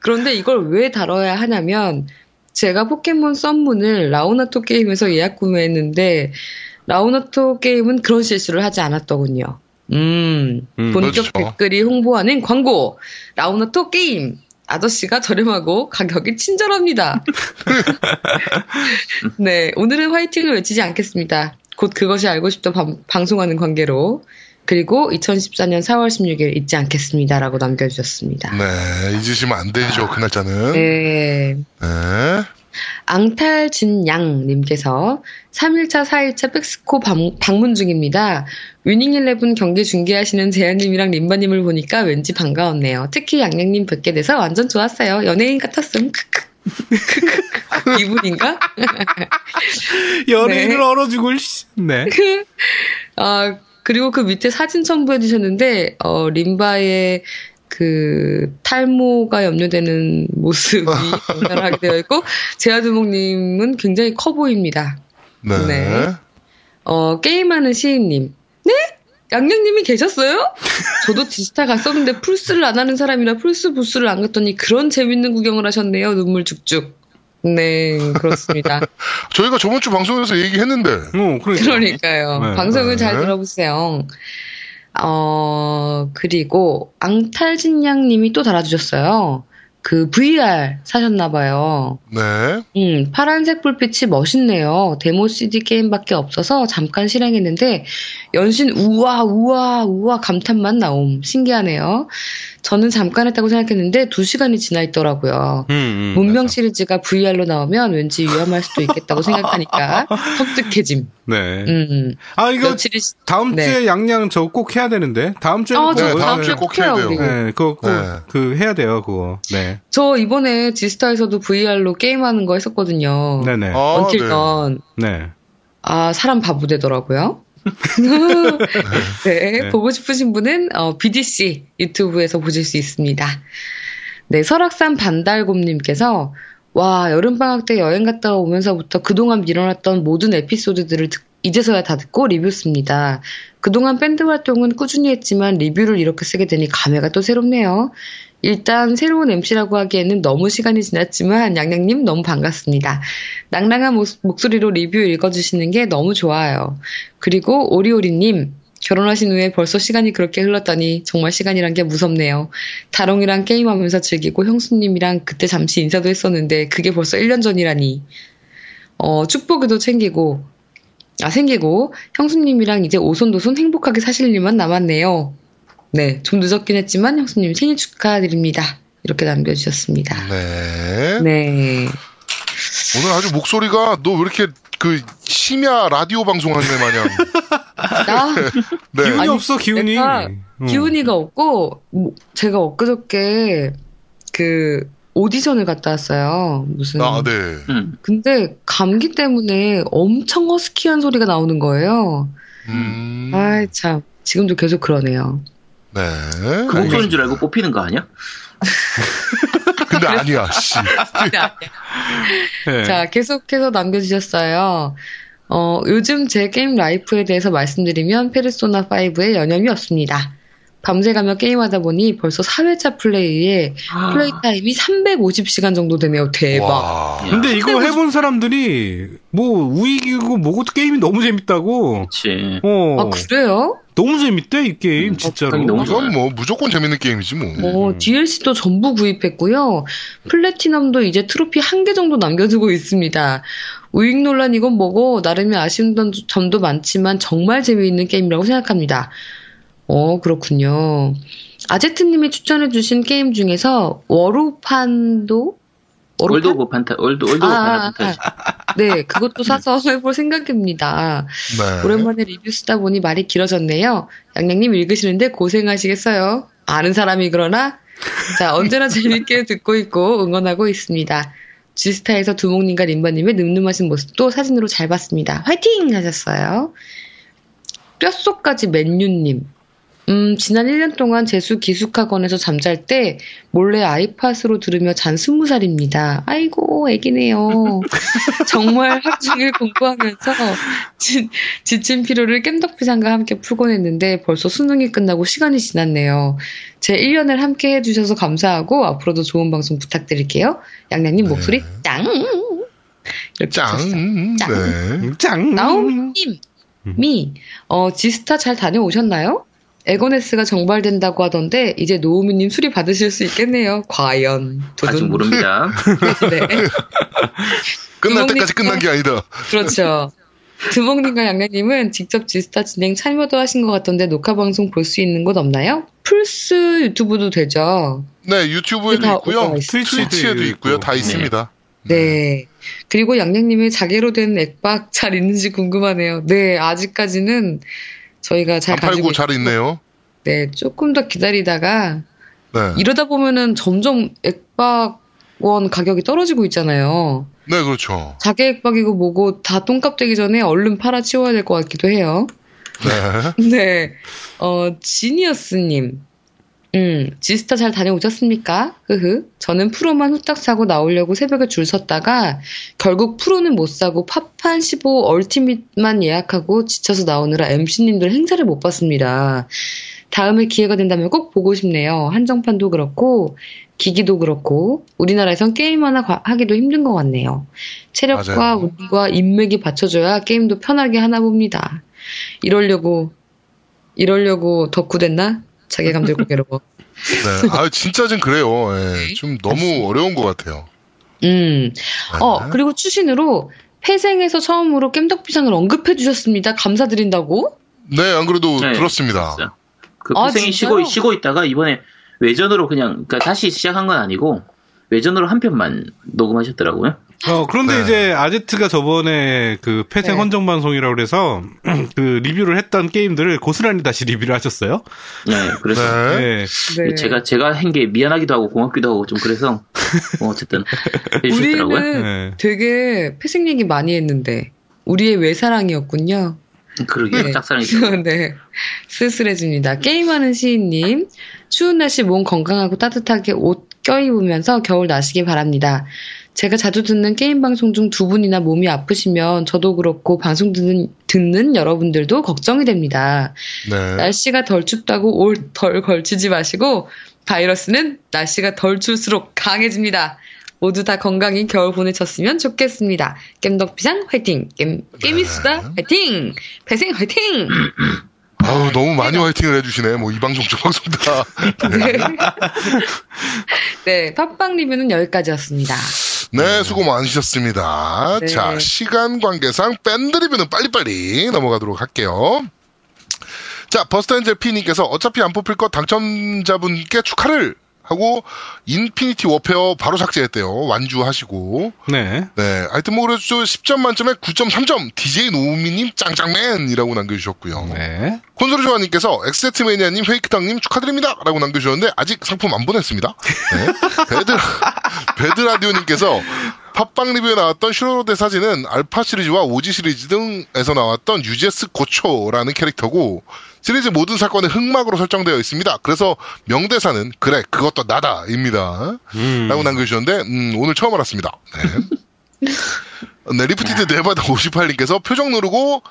그런데 이걸 왜 다뤄야 하냐면, 제가 포켓몬 썬문을 라오나토 게임에서 예약 구매했는데, 라오나토 게임은 그런 실수를 하지 않았더군요. 음,
음,
그렇죠.
본격 댓글이 홍보하는 광고. 라오나토 게임. 아저씨가 저렴하고 가격이 친절합니다. *laughs* 네, 오늘은 화이팅을 외치지 않겠습니다. 곧 그것이 알고 싶다 방- 방송하는 관계로. 그리고 2014년 4월 16일 잊지 않겠습니다라고 남겨주셨습니다.
네. 잊으시면 안 되죠. 그 날짜는. 네.
네. 앙탈진양님께서 3일차, 4일차 백스코 방, 방문 중입니다. 위닝11 경기 중계하시는 재현님이랑 림바님을 보니까 왠지 반가웠네요. 특히 양양님 뵙게 돼서 완전 좋았어요. 연예인 같았음. *laughs* 크크. 이분인가?
연예인을
네.
얼어 죽을, 씨. 네.
아, 그리고 그 밑에 사진 첨부해 주셨는데, 어, 림바의 그 탈모가 염려되는 모습이 전달하게 되어 있고, 제아두목님은 굉장히 커 보입니다.
네.
네. 어, 게임하는 시인님. 네? 양양님이 계셨어요? 저도 디지타 갔었는데 풀스를 안 하는 사람이라 풀스 부스를 안 갔더니 그런 재밌는 구경을 하셨네요. 눈물 쭉쭉. 네, 그렇습니다.
저희가 저번 주 방송에서 얘기했는데.
어, 그러니까.
그러니까요.
네,
방송을
네.
잘 들어보세요. 어, 그리고 앙탈진 양님이 또 달아주셨어요. 그 VR 사셨나봐요.
네.
음, 파란색 불빛이 멋있네요. 데모 CD 게임밖에 없어서 잠깐 실행했는데 연신 우와 우와 우와 감탄만 나옴. 신기하네요. 저는 잠깐 했다고 생각했는데 2시간이 지나 있더라고요.
음, 음,
문명
맞아.
시리즈가 VR로 나오면 왠지 위험할 수도
*laughs*
있겠다고 생각하니까 섬뜩해짐.
네.
음.
아 이거
며칠이 시-
다음
네.
주에 양양 저 꼭 해야 되는데 다음 주에
어,
네,
저
다음
다음
주에
주에
꼭
꼭
해야
해요,
돼요.
우리.
네, 그거 꼭,
네.
그, 해야 돼요, 그거. 네.
저 이번에 지스타에서도 VR로 게임하는 거 했었거든요.
네네.
아, 네.
언틸던
네.
아, 사람 바보 되더라고요. 네,
네.
보고 싶으신 분은 어, BDC 유튜브에서 보실 수 있습니다. 네, 설악산 반달곰님께서 와 여름방학 때 여행 갔다 오면서부터 그동안 밀어놨던 모든 에피소드들을 듣- 이제서야 다 듣고 리뷰 씁니다. 그동안 밴드 활동은 꾸준히 했지만 리뷰를 이렇게 쓰게 되니 감회가 또 새롭네요. 일단 새로운 MC라고 하기에는 너무 시간이 지났지만 양양님 너무 반갑습니다. 낭랑한 모- 목소리로 리뷰 읽어주시는 게 너무 좋아요. 그리고 오리오리님, 결혼하신 후에 벌써 시간이 그렇게 흘렀다니 정말 시간이란 게 무섭네요. 다롱이랑 게임하면서 즐기고 형수님이랑 그때 잠시 인사도 했었는데 그게 벌써 1년 전이라니. 어, 축복에도 챙기고, 아, 생기고, 형수님이랑 이제 오손도손 행복하게 사실 일만 남았네요. 네, 좀 늦었긴 했지만 형수님 생일 축하드립니다. 이렇게 남겨주셨습니다.
네.
네.
오늘 아주 목소리가 너 왜 이렇게 그 심야 라디오 방송하는 애 마냥.
나 *laughs*
네.
기운이
아니,
없어, 기운이.
내가
음.
기훈이가 없고 뭐, 제가 엊그저께 그 오디션을 갔다 왔어요. 무슨
아, 네.
음.
근데 감기 때문에 엄청 허스키한 소리가 나오는 거예요.
음.
아이 참 지금도 계속 그러네요.
네.
그 목소리인 줄 알고 뽑히는 거 아니야?
근데 아니야, 씨.
네.
자 계속해서 남겨주셨어요. 어, 요즘 제 게임 라이프에 대해서 말씀드리면 페르소나 5에 여념이 없습니다. 밤새가며 게임하다 보니 벌써 4회차 플레이에
아.
플레이 타임이 350시간 정도 되네요. 대박. 예.
와.
근데 이거 해본 사람들이 뭐 우익이고 뭐고 게임이 너무 재밌다고.
그렇지.
어.
아 그래요? 음,
너무 재밌대 이 게임 진짜로.
당연히 너무
이건 뭐 무조건 재밌는 게임이지 뭐.
음,
어, DLC도 전부 구입했고요. 플래티넘도 이제 트로피 한 개 정도 남겨두고 있습니다. 우익 논란 이건 뭐고 나름의 아쉬운 점- 점도 많지만 정말 재미있는 게임이라고 생각합니다. 어 그렇군요. 아제트님이 추천해주신 게임 중에서 워루판도
월드
워루판?
오브 판타, 월드, 월드 오브
아, 아, 아.
판타지.
네 그것도 사서 *laughs* 해볼 생각입니다.
네.
오랜만에 리뷰 쓰다 보니 말이 길어졌네요. 양양님 읽으시는데 고생하시겠어요. 아는 사람이 그러나 자 언제나 재밌게 듣고 있고 응원하고 있습니다. G스타에서 두목님과 님바님의 늠름하신 모습도 사진으로 잘 봤습니다. 화이팅 하셨어요. 뼛속까지 맨유님. 음, 지난 1년 동안 재수 기숙학원에서 잠잘 때 몰래 아이팟으로 들으며 잔 20살입니다. 아이고, 애기네요. *laughs* 정말 하루 종일 공부하면서 진, 지친 피로를 깸덕비상과 함께 풀곤 했는데 벌써 수능이 끝나고 시간이 지났네요. 제 1년을 함께 해주셔서 감사하고 앞으로도 좋은 방송 부탁드릴게요. 양양님 목소리 짱! 이렇게
네. 짱.
하셨어요. 짱.
네.
음, 짱.
나옴님, 미, 어, 지스타 잘 다녀오셨나요? 에고네스가 정발된다고 하던데, 이제 노우미님 수리 받으실 수 있겠네요. 과연.
아직
두둔.
모릅니다.
*laughs* 네,
끝날
이몽님
때까지 끝난 게 아니다.
그렇죠. 드몽님과 양양님은 직접 지스타 진행 참여도 하신 것 같던데, 녹화방송 볼 수 있는 곳 없나요? 플스 유튜브도 되죠.
네, 유튜브에도
다
있고요.
올라와 있어요.
트위치에도
트위치에도 있고요.
있고.
다 있습니다.
네. 그리고 양양님의 자개로 된 액박 잘 있는지 궁금하네요. 네, 아직까지는 저희가 잘
안
가지고
팔고 잘 있네요.
네, 조금 더 기다리다가
네.
이러다 보면은 점점 액박원 가격이 떨어지고 있잖아요.
네, 그렇죠.
자개 액박이고 뭐고 다 똥값 되기 전에 얼른 팔아 치워야 될 것 같기도 해요. *laughs*
네.
네. 어, 지니어스님. 음, 지스타 잘 다녀오셨습니까? 흐흐. 저는 프로만 후딱 사고 나오려고 새벽에 줄 섰다가 결국 프로는 못 사고 팝판 15 얼티밋만 예약하고 지쳐서 나오느라 MC님들 행사를 못 봤습니다. 다음에 기회가 된다면 꼭 보고 싶네요. 한정판도 그렇고 기기도 그렇고 우리나라에선 게임 하나 과- 하기도 힘든 것 같네요. 체력과
맞아요.
운과 인맥이 받쳐줘야 게임도 편하게 하나 봅니다. 이러려고 이러려고 덕후 됐나? 자괴감 들고 괴로워.
네. 아, 진짜 좀 그래요. 예, 좀 너무 어려운 것 같아요.
음. 어
네.
그리고 추신으로 폐생에서 처음으로 깸덕비상을 언급해 주셨습니다. 감사드린다고.
네, 안 그래도
네.
들었습니다.
진짜. 그
아,
고생이
진짜요?
쉬고, 쉬고 있다가 이번에 외전으로 그냥 그러니까 다시 시작한 건 아니고 외전으로 한 편만 녹음하셨더라고요.
어, 그런데
네.
이제 아제트가 저번에 그 폐생
네.
헌정 방송이라고 그래서 *clears throat* 그 리뷰를 했던 게임들을 고스란히 다시 리뷰를 하셨어요.
네, 그래서
네.
네.
네.
제가 제가 한 게 미안하기도 하고 고맙기도 하고 좀 그래서 뭐 어쨌든 해주셨더라고요.
우리는
네.
되게 패생 얘기 많이 했는데 우리의 외사랑이었군요.
그러게
네.
짝사랑이죠.
*laughs* 네. 쓸쓸해집니다. 게임하는 시인님, 추운 날씨 몸 건강하고 따뜻하게 옷 껴입으면서 겨울 나시길 바랍니다. 제가 자주 듣는 게임 방송 중 두 분이나 몸이 아프시면 저도 그렇고 방송 듣는, 듣는 여러분들도 걱정이 됩니다.
네.
날씨가 덜 춥다고 올 덜 걸치지 마시고 바이러스는 날씨가 덜 추울수록 강해집니다. 모두 다 건강히 겨울 보내셨으면 좋겠습니다. 겜덕비상 화이팅! 겜, 게임이수다 화이팅! 배생 화이팅!
아우, 너무 많이 화이팅을 해주시네. 뭐, 이 방송, 저 방송 다.
네, 팟빵 리뷰는 여기까지였습니다.
네, 수고 많으셨습니다.
네.
자, 시간 관계상 밴드 리뷰는 빨리빨리 넘어가도록 할게요. 자, 버스터엔젤 P님께서 어차피 안 뽑힐 것 당첨자분께 축하를 하고, 인피니티 워페어 바로 삭제했대요. 완주하시고.
네.
네, 하여튼 뭐, 그래서 10점 만점에 9.3점, DJ 노우미님 짱짱맨이라고 남겨주셨고요.
네.
콘솔 조아님께서 엑세트 매니아님, 페이크당님 축하드립니다! 라고 남겨주셨는데, 아직 상품 안 보냈습니다. 네. 배드, *laughs* 배드라디오님께서 팝빵 리뷰에 나왔던 슈로로데 사진은 알파 시리즈와 오지 시리즈 등에서 나왔던 UGS 고초라는 캐릭터고, 시리즈 모든 사건의 흑막으로 설정되어 있습니다. 그래서 명대사는, 그래, 그것도 나다! 입니다.
음.
라고 남겨주셨는데, 음, 오늘 처음 알았습니다. 네. 네, 리프티드 네바다 58님께서 표정 누르고,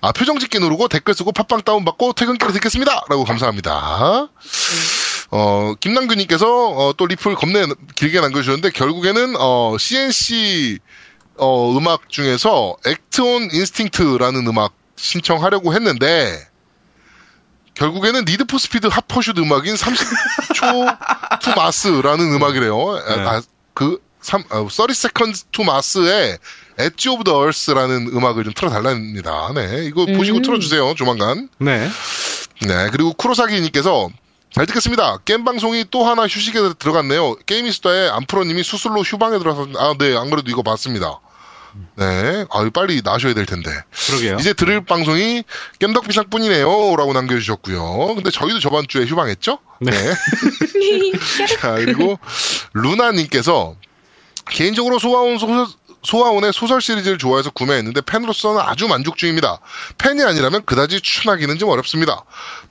아, 표정 짓기 누르고 댓글 쓰고 팟빵 다운받고 퇴근길에 듣겠습니다! 라고 감사합니다. 어, 김남규님께서, 어, 또 리플 겁내 길게 남겨주셨는데, 결국에는, 어, CNC, 어, 음악 중에서 액트 온 인스팅트라는 음악 신청하려고 했는데, 결국에는 니드 포 스피드 핫퍼슈드 음악인 30초 투 마스라는 음악이래요. 아,
네.
아, 그, 3, 아, 30 seconds to mass의 엣지 오브 더 얼스라는 음악을 좀 틀어달랍니다. 네. 이거 보시고
음.
틀어주세요. 조만간.
네.
네. 그리고 쿠로사기님께서 잘 듣겠습니다. 게임 방송이 또 하나 휴식에 들어갔네요. 게임이스타의 안프로님이 수술로 휴방에 들어서 아, 네. 안 그래도 이거 봤습니다. 네. 아, 빨리 나셔야 될 텐데.
그러게요.
이제 들을 방송이 겜덕비상뿐이네요. 라고 남겨주셨고요. 근데 저희도 저번 주에 휴방했죠?
네.
자, 그리고 루나님께서 개인적으로 소아온 소설, 소아온의 소설 시리즈를 좋아해서 구매했는데 팬으로서는 아주 만족 중입니다. 팬이 아니라면 그다지 추천하기는 좀 어렵습니다.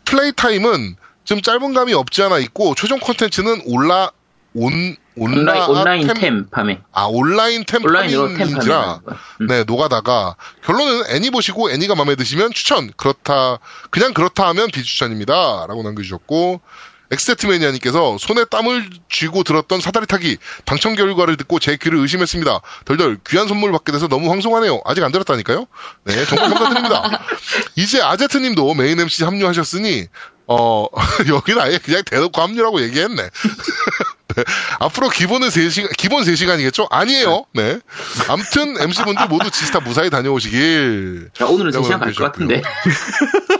플레이 타임은 좀 짧은 감이 없지 않아 있고 최종 콘텐츠는 올라 온
온라인
온라
온라인 템 밤에
아 온라인 템
온라인 음. 이거 템
템인지라
밤에
네 노가다가 결론은 애니 보시고 애니가 마음에 드시면 추천 그렇다 그냥 그렇다 하면 비추천입니다라고 남겨주셨고 엑세트매니아님께서 손에 땀을 쥐고 들었던 사다리 타기 당첨 결과를 듣고 제 귀를 의심했습니다 덜덜 귀한 선물 받게 돼서 너무 황송하네요 아직 안 들었다니까요 네 정말
*laughs*
감사드립니다 이제 아제트님도 메인 MC 합류하셨으니 어 *laughs* 여기는 아예 그냥 대놓고 합류라고 얘기했네 네. *laughs* 앞으로 기본은 3시간, 기본 3시간이겠죠? 아니에요. 네. 암튼, MC분들 모두 지스타 무사히 다녀오시길.
자, 오늘은 제
라고
시간 갈 것 같은데.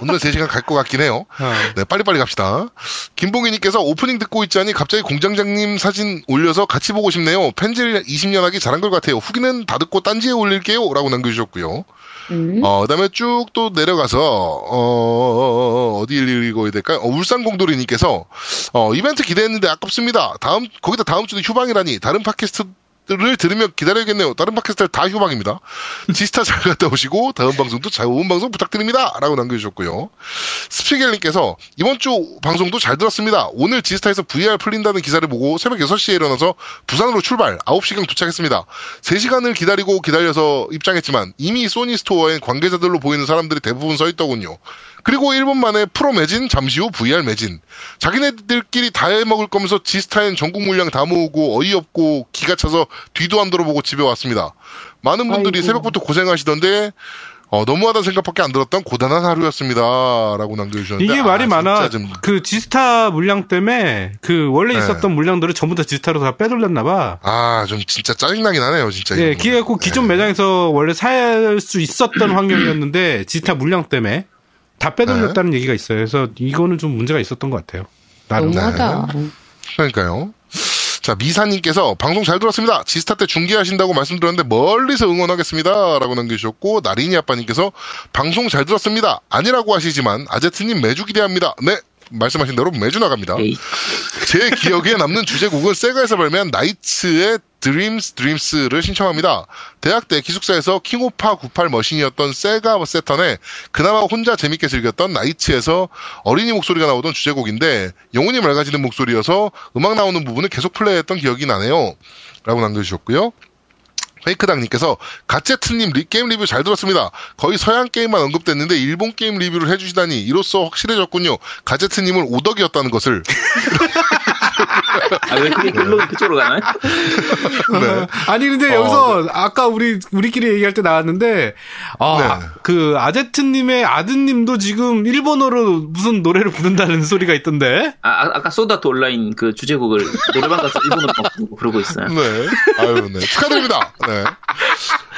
오늘 3시간 갈 것 같긴 해요.
아,
네, 빨리빨리 갑시다. 김봉희님께서 오프닝 듣고 있자니 갑자기 공장장님 사진 올려서 같이 보고 싶네요. 팬질 20년 하기 잘한 것 같아요. 후기는 다 듣고 딴지에 올릴게요. 라고 남겨주셨고요.
음.
어, 그다음에 쭉 또 내려가서 어, 디 읽어야 될까요? 어, 울산 공돌이님께서 어, 이벤트 기대했는데 아깝습니다. 다음 거기다 다음 주도 휴방이라니 다른 팟캐스트 를 들으면 기다려야겠네요. 다른 팟캐스트 다 휴방입니다. 지스타 잘 *laughs* 갔다 오시고 다음 방송도 좋은 방송 부탁드립니다라고 남겨주셨고요. 스피겔님께서 이번 주 방송도 잘 들었습니다. 오늘 지스타에서 VR 풀린다는 기사를 보고 새벽 6시에 일어나서 부산으로 출발 9시경 도착했습니다. 3시간을 기다리고 기다려서 입장했지만 이미 소니 스토어엔 관계자들로 보이는 사람들이 대부분 서 있더군요. 그리고 1분 만에 프로 매진, 잠시 후 VR 매진. 자기네들끼리 다 해먹을 거면서 지스타엔 전국 물량 다 모으고 어이없고 기가 차서 뒤도 안 돌아보고 집에 왔습니다. 많은 분들이
아이고.
새벽부터 고생하시던데 어, 너무하다는 생각밖에 안 들었던 고단한 하루였습니다. 라고 남겨주셨는데.
*laughs* 이게 말이
아,
많아.
진짜 좀-
그 지스타 물량 때문에 그 원래
네.
있었던 물량들을 전부 다 지스타로 다 빼돌렸나 봐.
아, 좀 진짜 짜증나긴 하네요, 네. 진짜.
예,
이거는.
기획고 기존 매장에서 원래 살
*clears throat*
수 있었던 환경이었는데 지스타 물량 때문에
네.
다 빼돌렸다는 얘기가 있어요. 그래서 이거는 좀 문제가 있었던 것 같아요. 나름.
너무하다.
그러니까요. 자, 미사님께서 방송 잘 들었습니다. 지스타 때 중계하신다고 말씀드렸는데 멀리서 응원하겠습니다. 라고 남겨주셨고, 나린이 아빠님께서 방송 잘 들었습니다. 아니라고 하시지만, 아제트님 매주 기대합니다. 네. 말씀하신 대로 매주 나갑니다.
에이,
제 기억에 남는 주제곡은 세가에서 발매한 나이츠의 드림스 드림스를 신청합니다. 대학 때 기숙사에서 킹오파 98 머신이었던 세가 세턴에 그나마 혼자 재밌게 즐겼던 나이츠에서 어린이 목소리가 나오던 주제곡인데 영혼이 맑아지는 목소리여서 음악 나오는 부분을 계속 플레이했던 기억이 나네요. 라고 남겨주셨고요. 페이크당님께서 가제트님 리- 게임 리뷰 잘 들었습니다. 거의 서양 게임만 언급됐는데 일본 게임 리뷰를 해주시다니 이로써 확실해졌군요. 가제트님은 오덕이었다는 것을 *laughs*
아, 왜 그게 글로 그쪽으로 가나요?
네.
*laughs* 아니 근데
어,
여기서 아까 우리 우리끼리 얘기할 때 나왔는데 아,
네.
그 아제트님의 아드님도 지금 일본어로 무슨 노래를 부른다는 *laughs* 소리가 있던데.
아, 아, 아까 소다트 온라인 그 주제곡을 노래방 가서 일본어로 막 부르고 그러고 있어요.
네. 아유, 네. 축하드립니다. 네.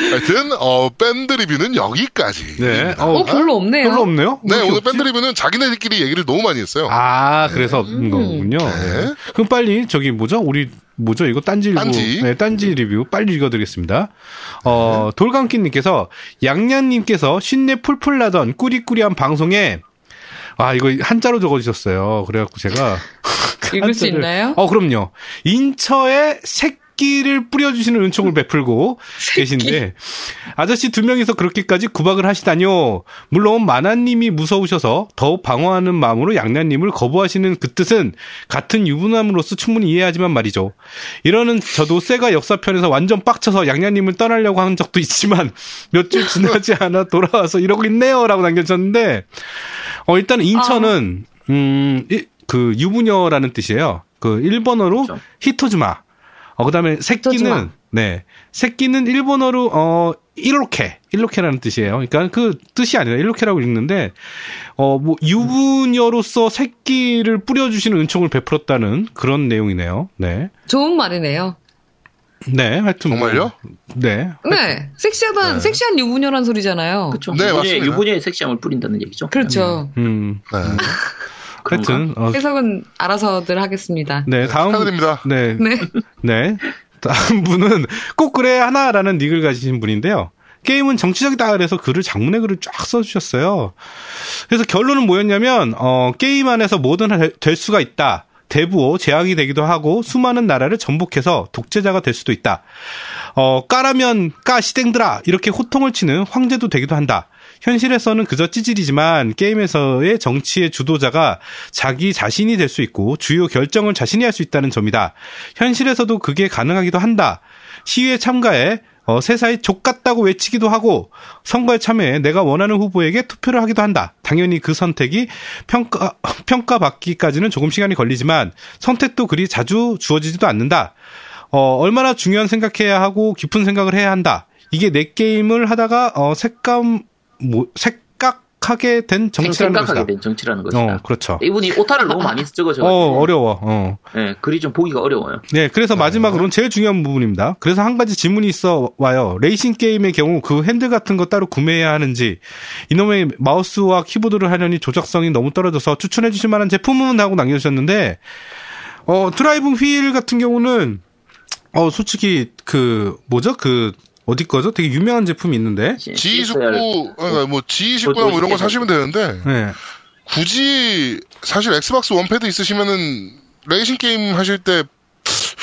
하여튼, 어, 밴드 리뷰는 여기까지.
네. 어,
어, 별로 없네요.
별로 없네요.
네,
왜 이렇게
오늘
없지?
밴드 리뷰는 자기네들끼리 얘기를 너무 많이 했어요.
아, 그래서 없는 거군요. 예.
네.
그럼 빨리 저기 뭐죠? 우리 뭐죠? 이거 딴지 리뷰.
딴지.
네, 딴지 리뷰 빨리 읽어드리겠습니다. 어, 돌감기님께서 양양님께서 신내 풀풀 나던 꾸리꾸리한 방송에 아 이거 한자로 적어주셨어요. 그래갖고 제가
읽을 수
한자를-
있나요?
어 그럼요. 인처에 새끼를 뿌려주시는 은총을 베풀고 계신데 아저씨 두 명이서 그렇게까지 구박을 하시다뇨. 물론 만화님이 무서우셔서 더욱 방어하는 마음으로 양냐님을 거부하시는 그 뜻은 같은 유부남으로서 충분히 이해하지만 말이죠. 이러는 저도 세가 역사편에서 완전 빡쳐서 양냐님을 떠나려고 한 적도 있지만 *laughs* 몇 주 지나지 않아 돌아와서 이러고 있네요라고 남겨주셨는데 어 일단 인천은 음, 이- 그 유부녀라는 뜻이에요. 그 일본어로
그렇죠.
히토즈마. 어 그다음에 새끼는
히토즈마.
네. 새끼는 일본어로 어 이렇게 일로케라는 뜻이에요. 그러니까 그 뜻이 아니라 일로케라고 읽는데 어 뭐 유부녀로서 새끼를 뿌려 주시는 은총을 베풀었다는 그런 내용이네요. 네.
좋은 말이네요.
네. 하여튼 뭐-
정말요?
네.
네, 섹시하다,
네.
섹시한 유부녀란 소리잖아요.
그렇죠.
네,
유부녀의,
맞습니다.
유부녀의 섹시함을 뿌린다는 얘기죠.
어.
음,
그렇죠.
음.
네.
그런가?
하여튼 어,
해석은 알아서들 하겠습니다.
네, 다음
축하드립니다.
네.
네.
네. 다음 *laughs* 분은 꼭 그래 하나라는 닉을 가지신 분인데요. 게임은 정치적이다 그래서 글을 장문의 글을 쫙 써주셨어요. 그래서 결론은 뭐였냐면 어, 게임 안에서 뭐든 할- 될 수가 있다. 대부호 제왕이 되기도 하고 수많은 나라를 전복해서 독재자가 될 수도 있다. 어, 까라면 까 시댕들아 이렇게 호통을 치는 황제도 되기도 한다. 현실에서는 그저 찌질이지만 게임에서의 정치의 주도자가 자기 자신이 될 수 있고 주요 결정을 자신이 할 수 있다는 점이다. 현실에서도 그게 가능하기도 한다. 시위에 참가해 어, 세사에 족 같다고 외치기도 하고 선거에 참여해 내가 원하는 후보에게 투표를 하기도 한다. 당연히 그 선택이 평가 *laughs* 평가받기까지는 조금 시간이 걸리지만 선택도 그리 자주 주어지지도 않는다. 어, 얼마나 중요한 생각해야 하고 깊은 생각을 해야 한다. 이게 내 게임을 하다가 어, 색감 뭐 색각하게 된 정치라는
생각하게
것이다.
된 정치라는 것이다.
어, 그렇죠.
이분이 오타를 너무 많이 적어서
어, 어려워. 어.
네, 글이 좀 보기가 어려워요. 예,
네, 그래서 마지막으로는 제일 중요한 부분입니다. 그래서 한 가지 질문이 있어 와요. 레이싱 게임의 경우 그 핸들 같은 거 따로 구매해야 하는지 이놈의 마우스와 키보드를 하려니 조작성이 너무 떨어져서 추천해 주실 만한 제품은 하고 남겨주셨는데 어 드라이빙 휠 같은 경우는 어 솔직히 그 뭐죠 그 어디 거죠? 되게 유명한 제품이 있는데
음. 예,
G19, 그러니까 뭐 G19나 뭐 이런 거 사시면 되는데,
네.
굳이, 사실 엑스박스 원패드 있으시면은, 레이싱 게임 하실 때,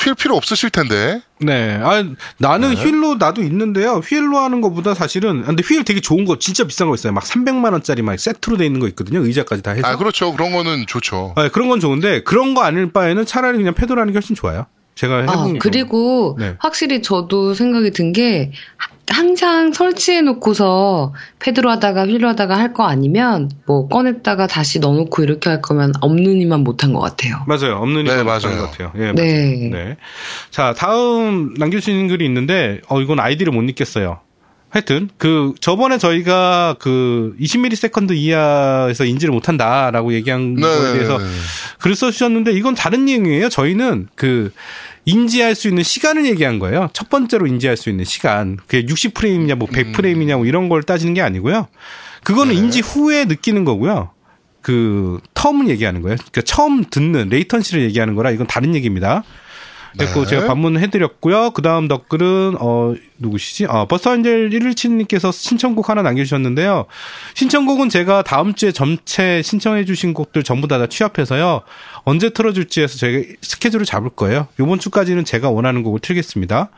휠 필요 없으실 텐데.
네. 아, 나는
네.
휠로 나도 있는데요. 휠로 하는 것보다 사실은 근데 휠 되게 좋은 거 진짜 비싼 거 있어요. 막 300만 원짜리 막 세트로 돼 있는 거 있거든요. 의자까지 다 해서.
아, 그렇죠. 그런 거는 좋죠.
네, 그런 건 좋은데 그런 거 아닐 바에는 차라리 그냥 패드라는 게 훨씬 좋아요. 제가 해본
아,
경우.
그리고
네.
확실히 저도 생각이 든 게 항상 설치해 놓고서 패드로 하다가 휠로 하다가 할 거 아니면 뭐 꺼냈다가 다시 넣어놓고 이렇게 할 거면 없는 이만 못한 것 같아요.
맞아요. 없는
네,
일이
맞아요.
없다는 것 같아요. 예, 맞아요.
네.
네. 자, 다음 남겨주신 글이 있는데, 어, 이건 아이디를 못 읽겠어요. 하여튼, 그, 저번에 저희가 그 20ms 이하에서 인지를 못한다라고 얘기한
네,
거에 음, 대해서 글을 써주셨는데, 이건 다른 내용이에요. 저희는 그, 인지할 수 있는 시간을 얘기한 거예요. 첫 번째로 인지할 수 있는 시간. 그게 60프레임이냐, 뭐 100프레임이냐, 뭐 이런 걸 따지는 게 아니고요. 그거는 인지 후에 느끼는 거고요. 그 텀을 얘기하는 거예요. 그러니까 처음 듣는 레이턴시를 얘기하는 거라 이건 다른 얘기입니다. 그리고
네.
제가 반문해드렸고요. 그 다음 댓글은 어 누구시지? 아 버스 안젤 117님께서 신청곡 하나 남겨주셨는데요. 신청곡은 제가 다음 주에 전체 신청해주신 곡들 전부 다, 다 취합해서요. 언제 틀어줄지 해서 제가 스케줄을 잡을 거예요. 이번 주까지는 제가 원하는 곡을 틀겠습니다.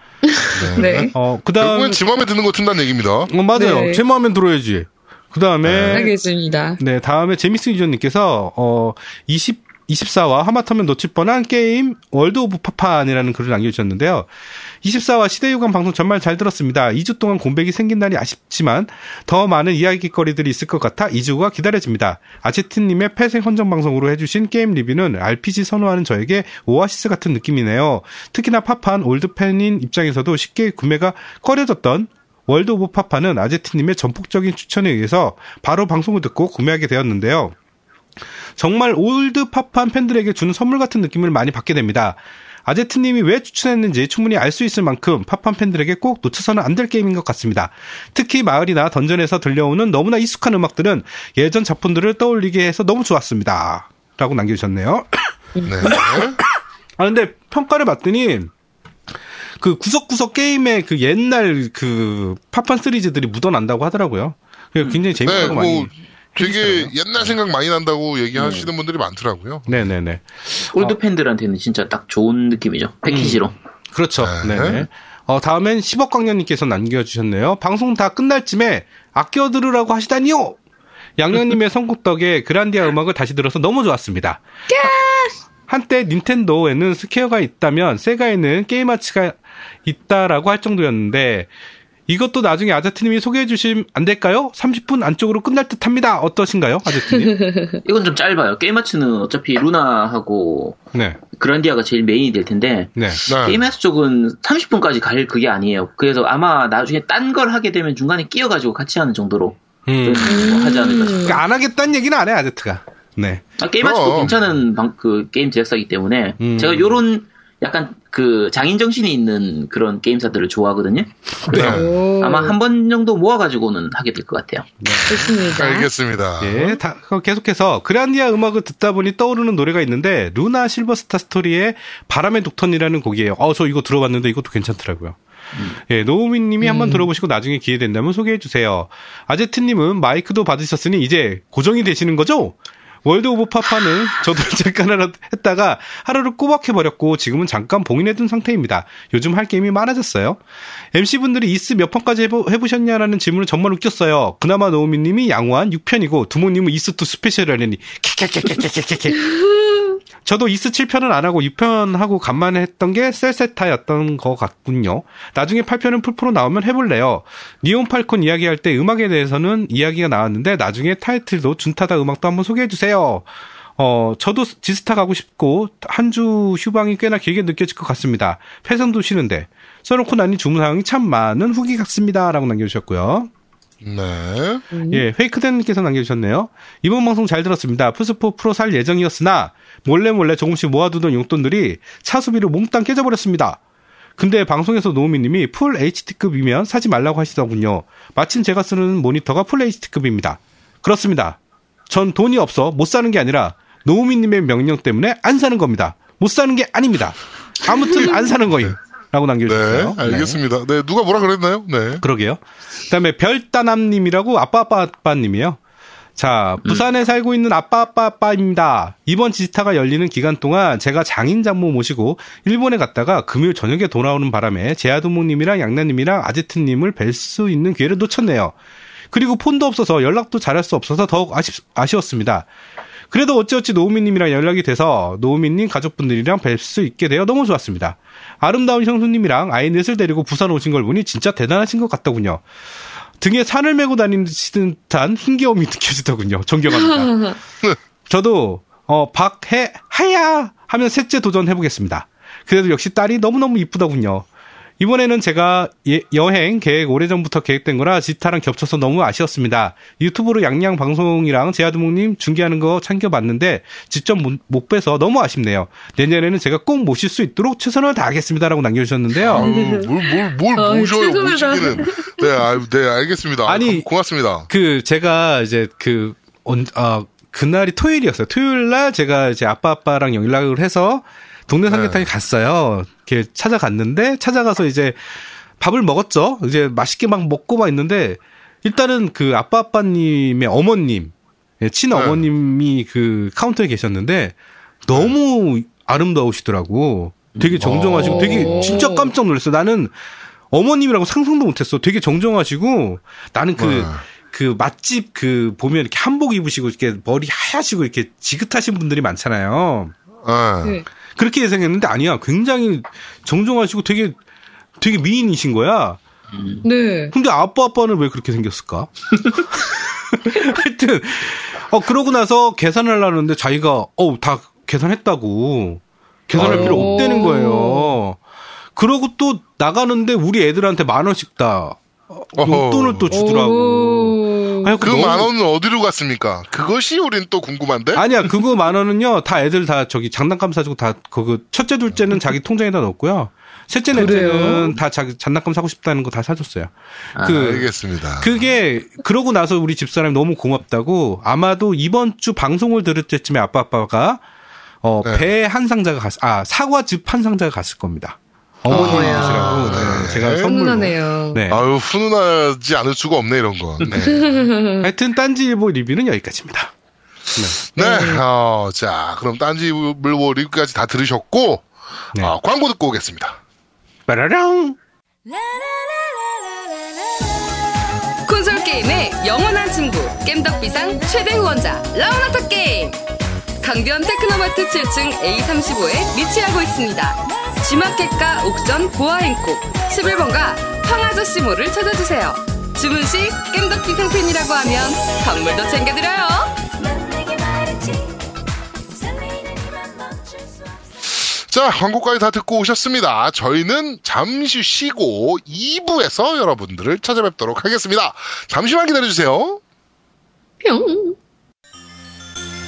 네.
어 그다음
결국엔 지 마음에 드는 거 튼다는 얘기입니다.
어, 맞아요.
네.
제 마음에 들어야지. 그 다음에
알겠습니다.
네, 다음에 제미스 유저님께서 어 20, 24와 하마터면 놓칠 뻔한 게임 월드 오브 파판이라는 글을 남겨주셨는데요. 24와 시대유감 방송 정말 잘 들었습니다. 2주 동안 공백이 생긴 날이 아쉽지만 더 많은 이야기거리들이 있을 것 같아 2주가 기다려집니다. 아치티님의 폐생 헌정 방송으로 해주신 게임 리뷰는 RPG 선호하는 저에게 오아시스 같은 느낌이네요. 특히나 파판 올드팬인 입장에서도 쉽게 구매가 꺼려졌던 월드 오브 파파는 아제트님의 전폭적인 추천에 의해서 바로 방송을 듣고 구매하게 되었는데요. 정말 올드 팝한 팬들에게 주는 선물 같은 느낌을 많이 받게 됩니다. 아제트님이 왜 추천했는지 충분히 알 수 있을 만큼 팝한 팬들에게 꼭 놓쳐서는 안 될 게임인 것 같습니다. 특히 마을이나 던전에서 들려오는 너무나 익숙한 음악들은 예전 작품들을 떠올리게 해서 너무 좋았습니다. 라고 남겨주셨네요.
네.
아 근데 평가를 봤더니 그 구석구석 게임의 그 옛날 그 팝판 시리즈들이 묻어난다고 하더라고요. 그래서 굉장히
네,
재밌다고 많이. 네.
뭐 되게 옛날 생각 많이 난다고 얘기하시는 분들이 많더라고요.
네네네.
올드 팬들한테는 진짜 딱 좋은 느낌이죠. 패키지로.
그렇죠.
네.
네네. 어, 다음엔 10억 광년님께서 남겨주셨네요. 방송 다 끝날 쯤에 아껴 들으라고 하시다니요! 양양님의 선곡 덕에 그란디아 음악을 다시 들어서 너무 좋았습니다. 한때 닌텐도에는 스퀘어가 있다면 세가에는 게임아츠가 있다라고 할 정도였는데 이것도 나중에 아제트님이 소개해 주시면 안 될까요? 30분 안쪽으로 끝날 듯 합니다. 어떠신가요? 아제트님?
이건 좀 짧아요. 게임아츠는 어차피 루나하고
네.
그란디아가 제일 메인이 될 텐데
네.
네.
게임아츠 쪽은 30분까지 갈 그게 아니에요. 그래서 아마 나중에 딴 걸 하게 되면 중간에 끼어가지고 같이 하는 정도로
음.
뭐 하지 않을까 싶어요.
그러니까 안 하겠다는 얘기는 안 해요, 아제트가. 네.
아, 게임 아직도
그럼.
괜찮은 방- 그 게임 제작사이기 때문에
음.
제가 요런 약간 그 장인 정신이 있는 그런 게임사들을 좋아하거든요.
네.
오,
아마 한 번 정도 모아가지고는 하게 될 것 같아요.
좋습니다.
알겠습니다.
예, 다, 어, 계속해서 그란디아 음악을 듣다 보니 떠오르는 노래가 있는데 루나 실버스타 스토리의 바람의 독턴이라는 곡이에요. 어, 저 이거 들어봤는데 이것도 괜찮더라고요. 예, 노우미님이 한번 들어보시고 나중에 기회 된다면 소개해 주세요. 아제트님은 마이크도 받으셨으니 이제 고정이 되시는 거죠? 월드 오브 파파는 저도 *laughs* 잠깐 하나 했다가 하루를 꼬박 해버렸고 지금은 잠깐 봉인해둔 상태입니다. 요즘 할 게임이 많아졌어요. MC분들이 이스 몇 편까지 해보, 셨냐라는 질문을 정말 웃겼어요. 그나마 노우미님이 양호한 6편이고 두모님은 이스 2 스페셜이라니 캐캐캐캐캐캐캐 저도 이스 7편은 안 하고 6편 하고 간만에 했던 게 셀세타였던 것 같군요. 나중에 8편은 풀프로 나오면 해볼래요. 니온 팔콘 이야기할 때 음악에 대해서는 이야기가 나왔는데 나중에 타이틀도 준타다 음악도 한번 소개해주세요. 어, 저도 지스타 가고 싶고 한 주 휴방이 꽤나 길게 느껴질 것 같습니다. 폐성도 쉬는데 써놓고 나니 주문사항이 참 많은 후기 같습니다. 라고 남겨주셨고요.
네.
예, 페이크댄님께서 남겨주셨네요. 이번 방송 잘 들었습니다. 플스4 프로 살 예정이었으나 몰래 몰래 조금씩 모아두던 용돈들이 차수비로 몽땅 깨져버렸습니다. 근데 방송에서 노우미님이 풀 HD급이면 사지 말라고 하시더군요. 마침 제가 쓰는 모니터가 풀 HD급입니다. 그렇습니다. 전 돈이 없어 못 사는 게 아니라 노우미님의 명령 때문에 안 사는 겁니다. 못 사는 게 아닙니다. 아무튼 안 사는 거임. 라고
네.
남겨주셨어요. 네.
알겠습니다. 네. 누가 뭐라 그랬나요? 네.
그러게요. 그다음에 별따남님이라고 아빠아빠아빠님이에요. 자, 부산에 살고 있는 아빠아빠아빠입니다. 이번 지스타가 열리는 기간 동안 제가 장인 장모 모시고 일본에 갔다가 금요일 저녁에 돌아오는 바람에 제아도모님이랑 양나님이랑 아제트님을 뵐 수 있는 기회를 놓쳤네요. 그리고 폰도 없어서 연락도 잘할 수 없어서 더욱 아쉽, 아쉬웠습니다. 그래도 어찌어찌 노우미님이랑 연락이 돼서 노우미님 가족분들이랑 뵐 수 있게 되어 너무 좋았습니다. 아름다운 형수님이랑 아이 넷을 데리고 부산 오신 걸 보니 진짜 대단하신 것 같더군요. 등에 산을 메고 다니시는 듯한 힘겨움이 느껴지더군요. 존경합니다. 저도 어, 박해 하야 하면 셋째 도전해보겠습니다. 그래도 역시 딸이 너무너무 이쁘더군요. 이번에는 제가 예- 여행 계획 오래전부터 계획된 거라 지타랑 겹쳐서 너무 아쉬웠습니다. 유튜브로 양양 방송이랑 제아두목님 중계하는 거 챙겨봤는데 직접 못, 못 뵈서 너무 아쉽네요. 내년에는 제가 꼭 모실 수 있도록 최선을 다하겠습니다라고
아유,
남겨주셨는데요.
음, 뭘, 뭘, 뭘
아,
모셔요,
죄송해요.
모시기는. 네, 아유, 네, 아, 알겠습니다.
아니,
아니, 고맙습니다.
그 제가 이제 그 언, 아, 그날이 토요일이었어요. 토요일 날 제가 이제 아빠 아빠랑 연락을 해서 동네 삼계탕에 갔어요. 이렇게 찾아갔는데 찾아가서 이제 밥을 먹었죠. 이제 맛있게 막 먹고 막 있는데 일단은 그 아빠 아빠님의 어머님 예, 친 어머님이 그 카운터에 계셨는데 너무 아름다우시더라고. 되게 정정하시고
어.
되게 진짜 깜짝 놀랐어. 나는 어머님이라고 상상도 못했어. 되게 정정하시고 나는 그 그
네.
맛집 그 보면 이렇게 한복 입으시고 이렇게 머리 하얗시고 이렇게 지긋하신 분들이 많잖아요.
예.
네.
그렇게 예상했는데 아니야. 굉장히 정정하시고 되게 되게 미인이신 거야.
네.
근데 아빠 아빠는 왜 그렇게 생겼을까? *laughs* 하여튼 어 그러고 나서 계산을 하는데 자기가 어다 계산했다고 계산할
아유.
필요 없다는 거예요. 그러고 또 나가는데 우리 애들한테 만 원씩 다
어허.
용돈을 또 주더라고.
오.
아유,
그
너무-
만 원은 어디로 갔습니까? 그것이 우린 또 궁금한데?
아니야 그거 만 원은요 다 애들 다 저기 장난감 사주고 다 그거 첫째 둘째는 자기 통장에다 넣었고요. 셋째 넷째는
그래요?
다 자기 장난감 사고 싶다는 거 다 사줬어요.
아,
그
알겠습니다.
그게 그러고 나서 우리 집사람이 너무 고맙다고 아마도 이번 주 방송을 들을 때쯤에 아빠 아빠가 어,
네.
배 한 상자가 갔, 아 사과즙 한 상자가 갔을 겁니다. 어머님
어머야.
드시라고 네, 제가 선물로.
훈훈하네요.
네.
아유 훈훈하지 않을 수가 없네 이런 건. 네.
*laughs* 하여튼 딴지일보 리뷰는 여기까지입니다.
네, 어, 자 그럼 딴지 물보 리뷰까지 다 들으셨고
네.
아, 광고 듣고 오겠습니다.
빠라랑.
콘솔 게임의 영원한 친구 겜덕비상 최대 후원자 라운하터 게임 강변 테크노마트 7층 A35에 위치하고 있습니다 G마켓과 옥전 보아행콕 11번가 황아저씨몰을 찾아주세요 주문 시 겜덕비상 팬이라고 하면 선물도 챙겨드려요
넌 내게 말했지 설레이는 이만 멈출 수 없어
자 광고까지 다 듣고 오셨습니다. 저희는 잠시 쉬고 2부에서 여러분들을 찾아뵙도록 하겠습니다. 잠시만 기다려주세요.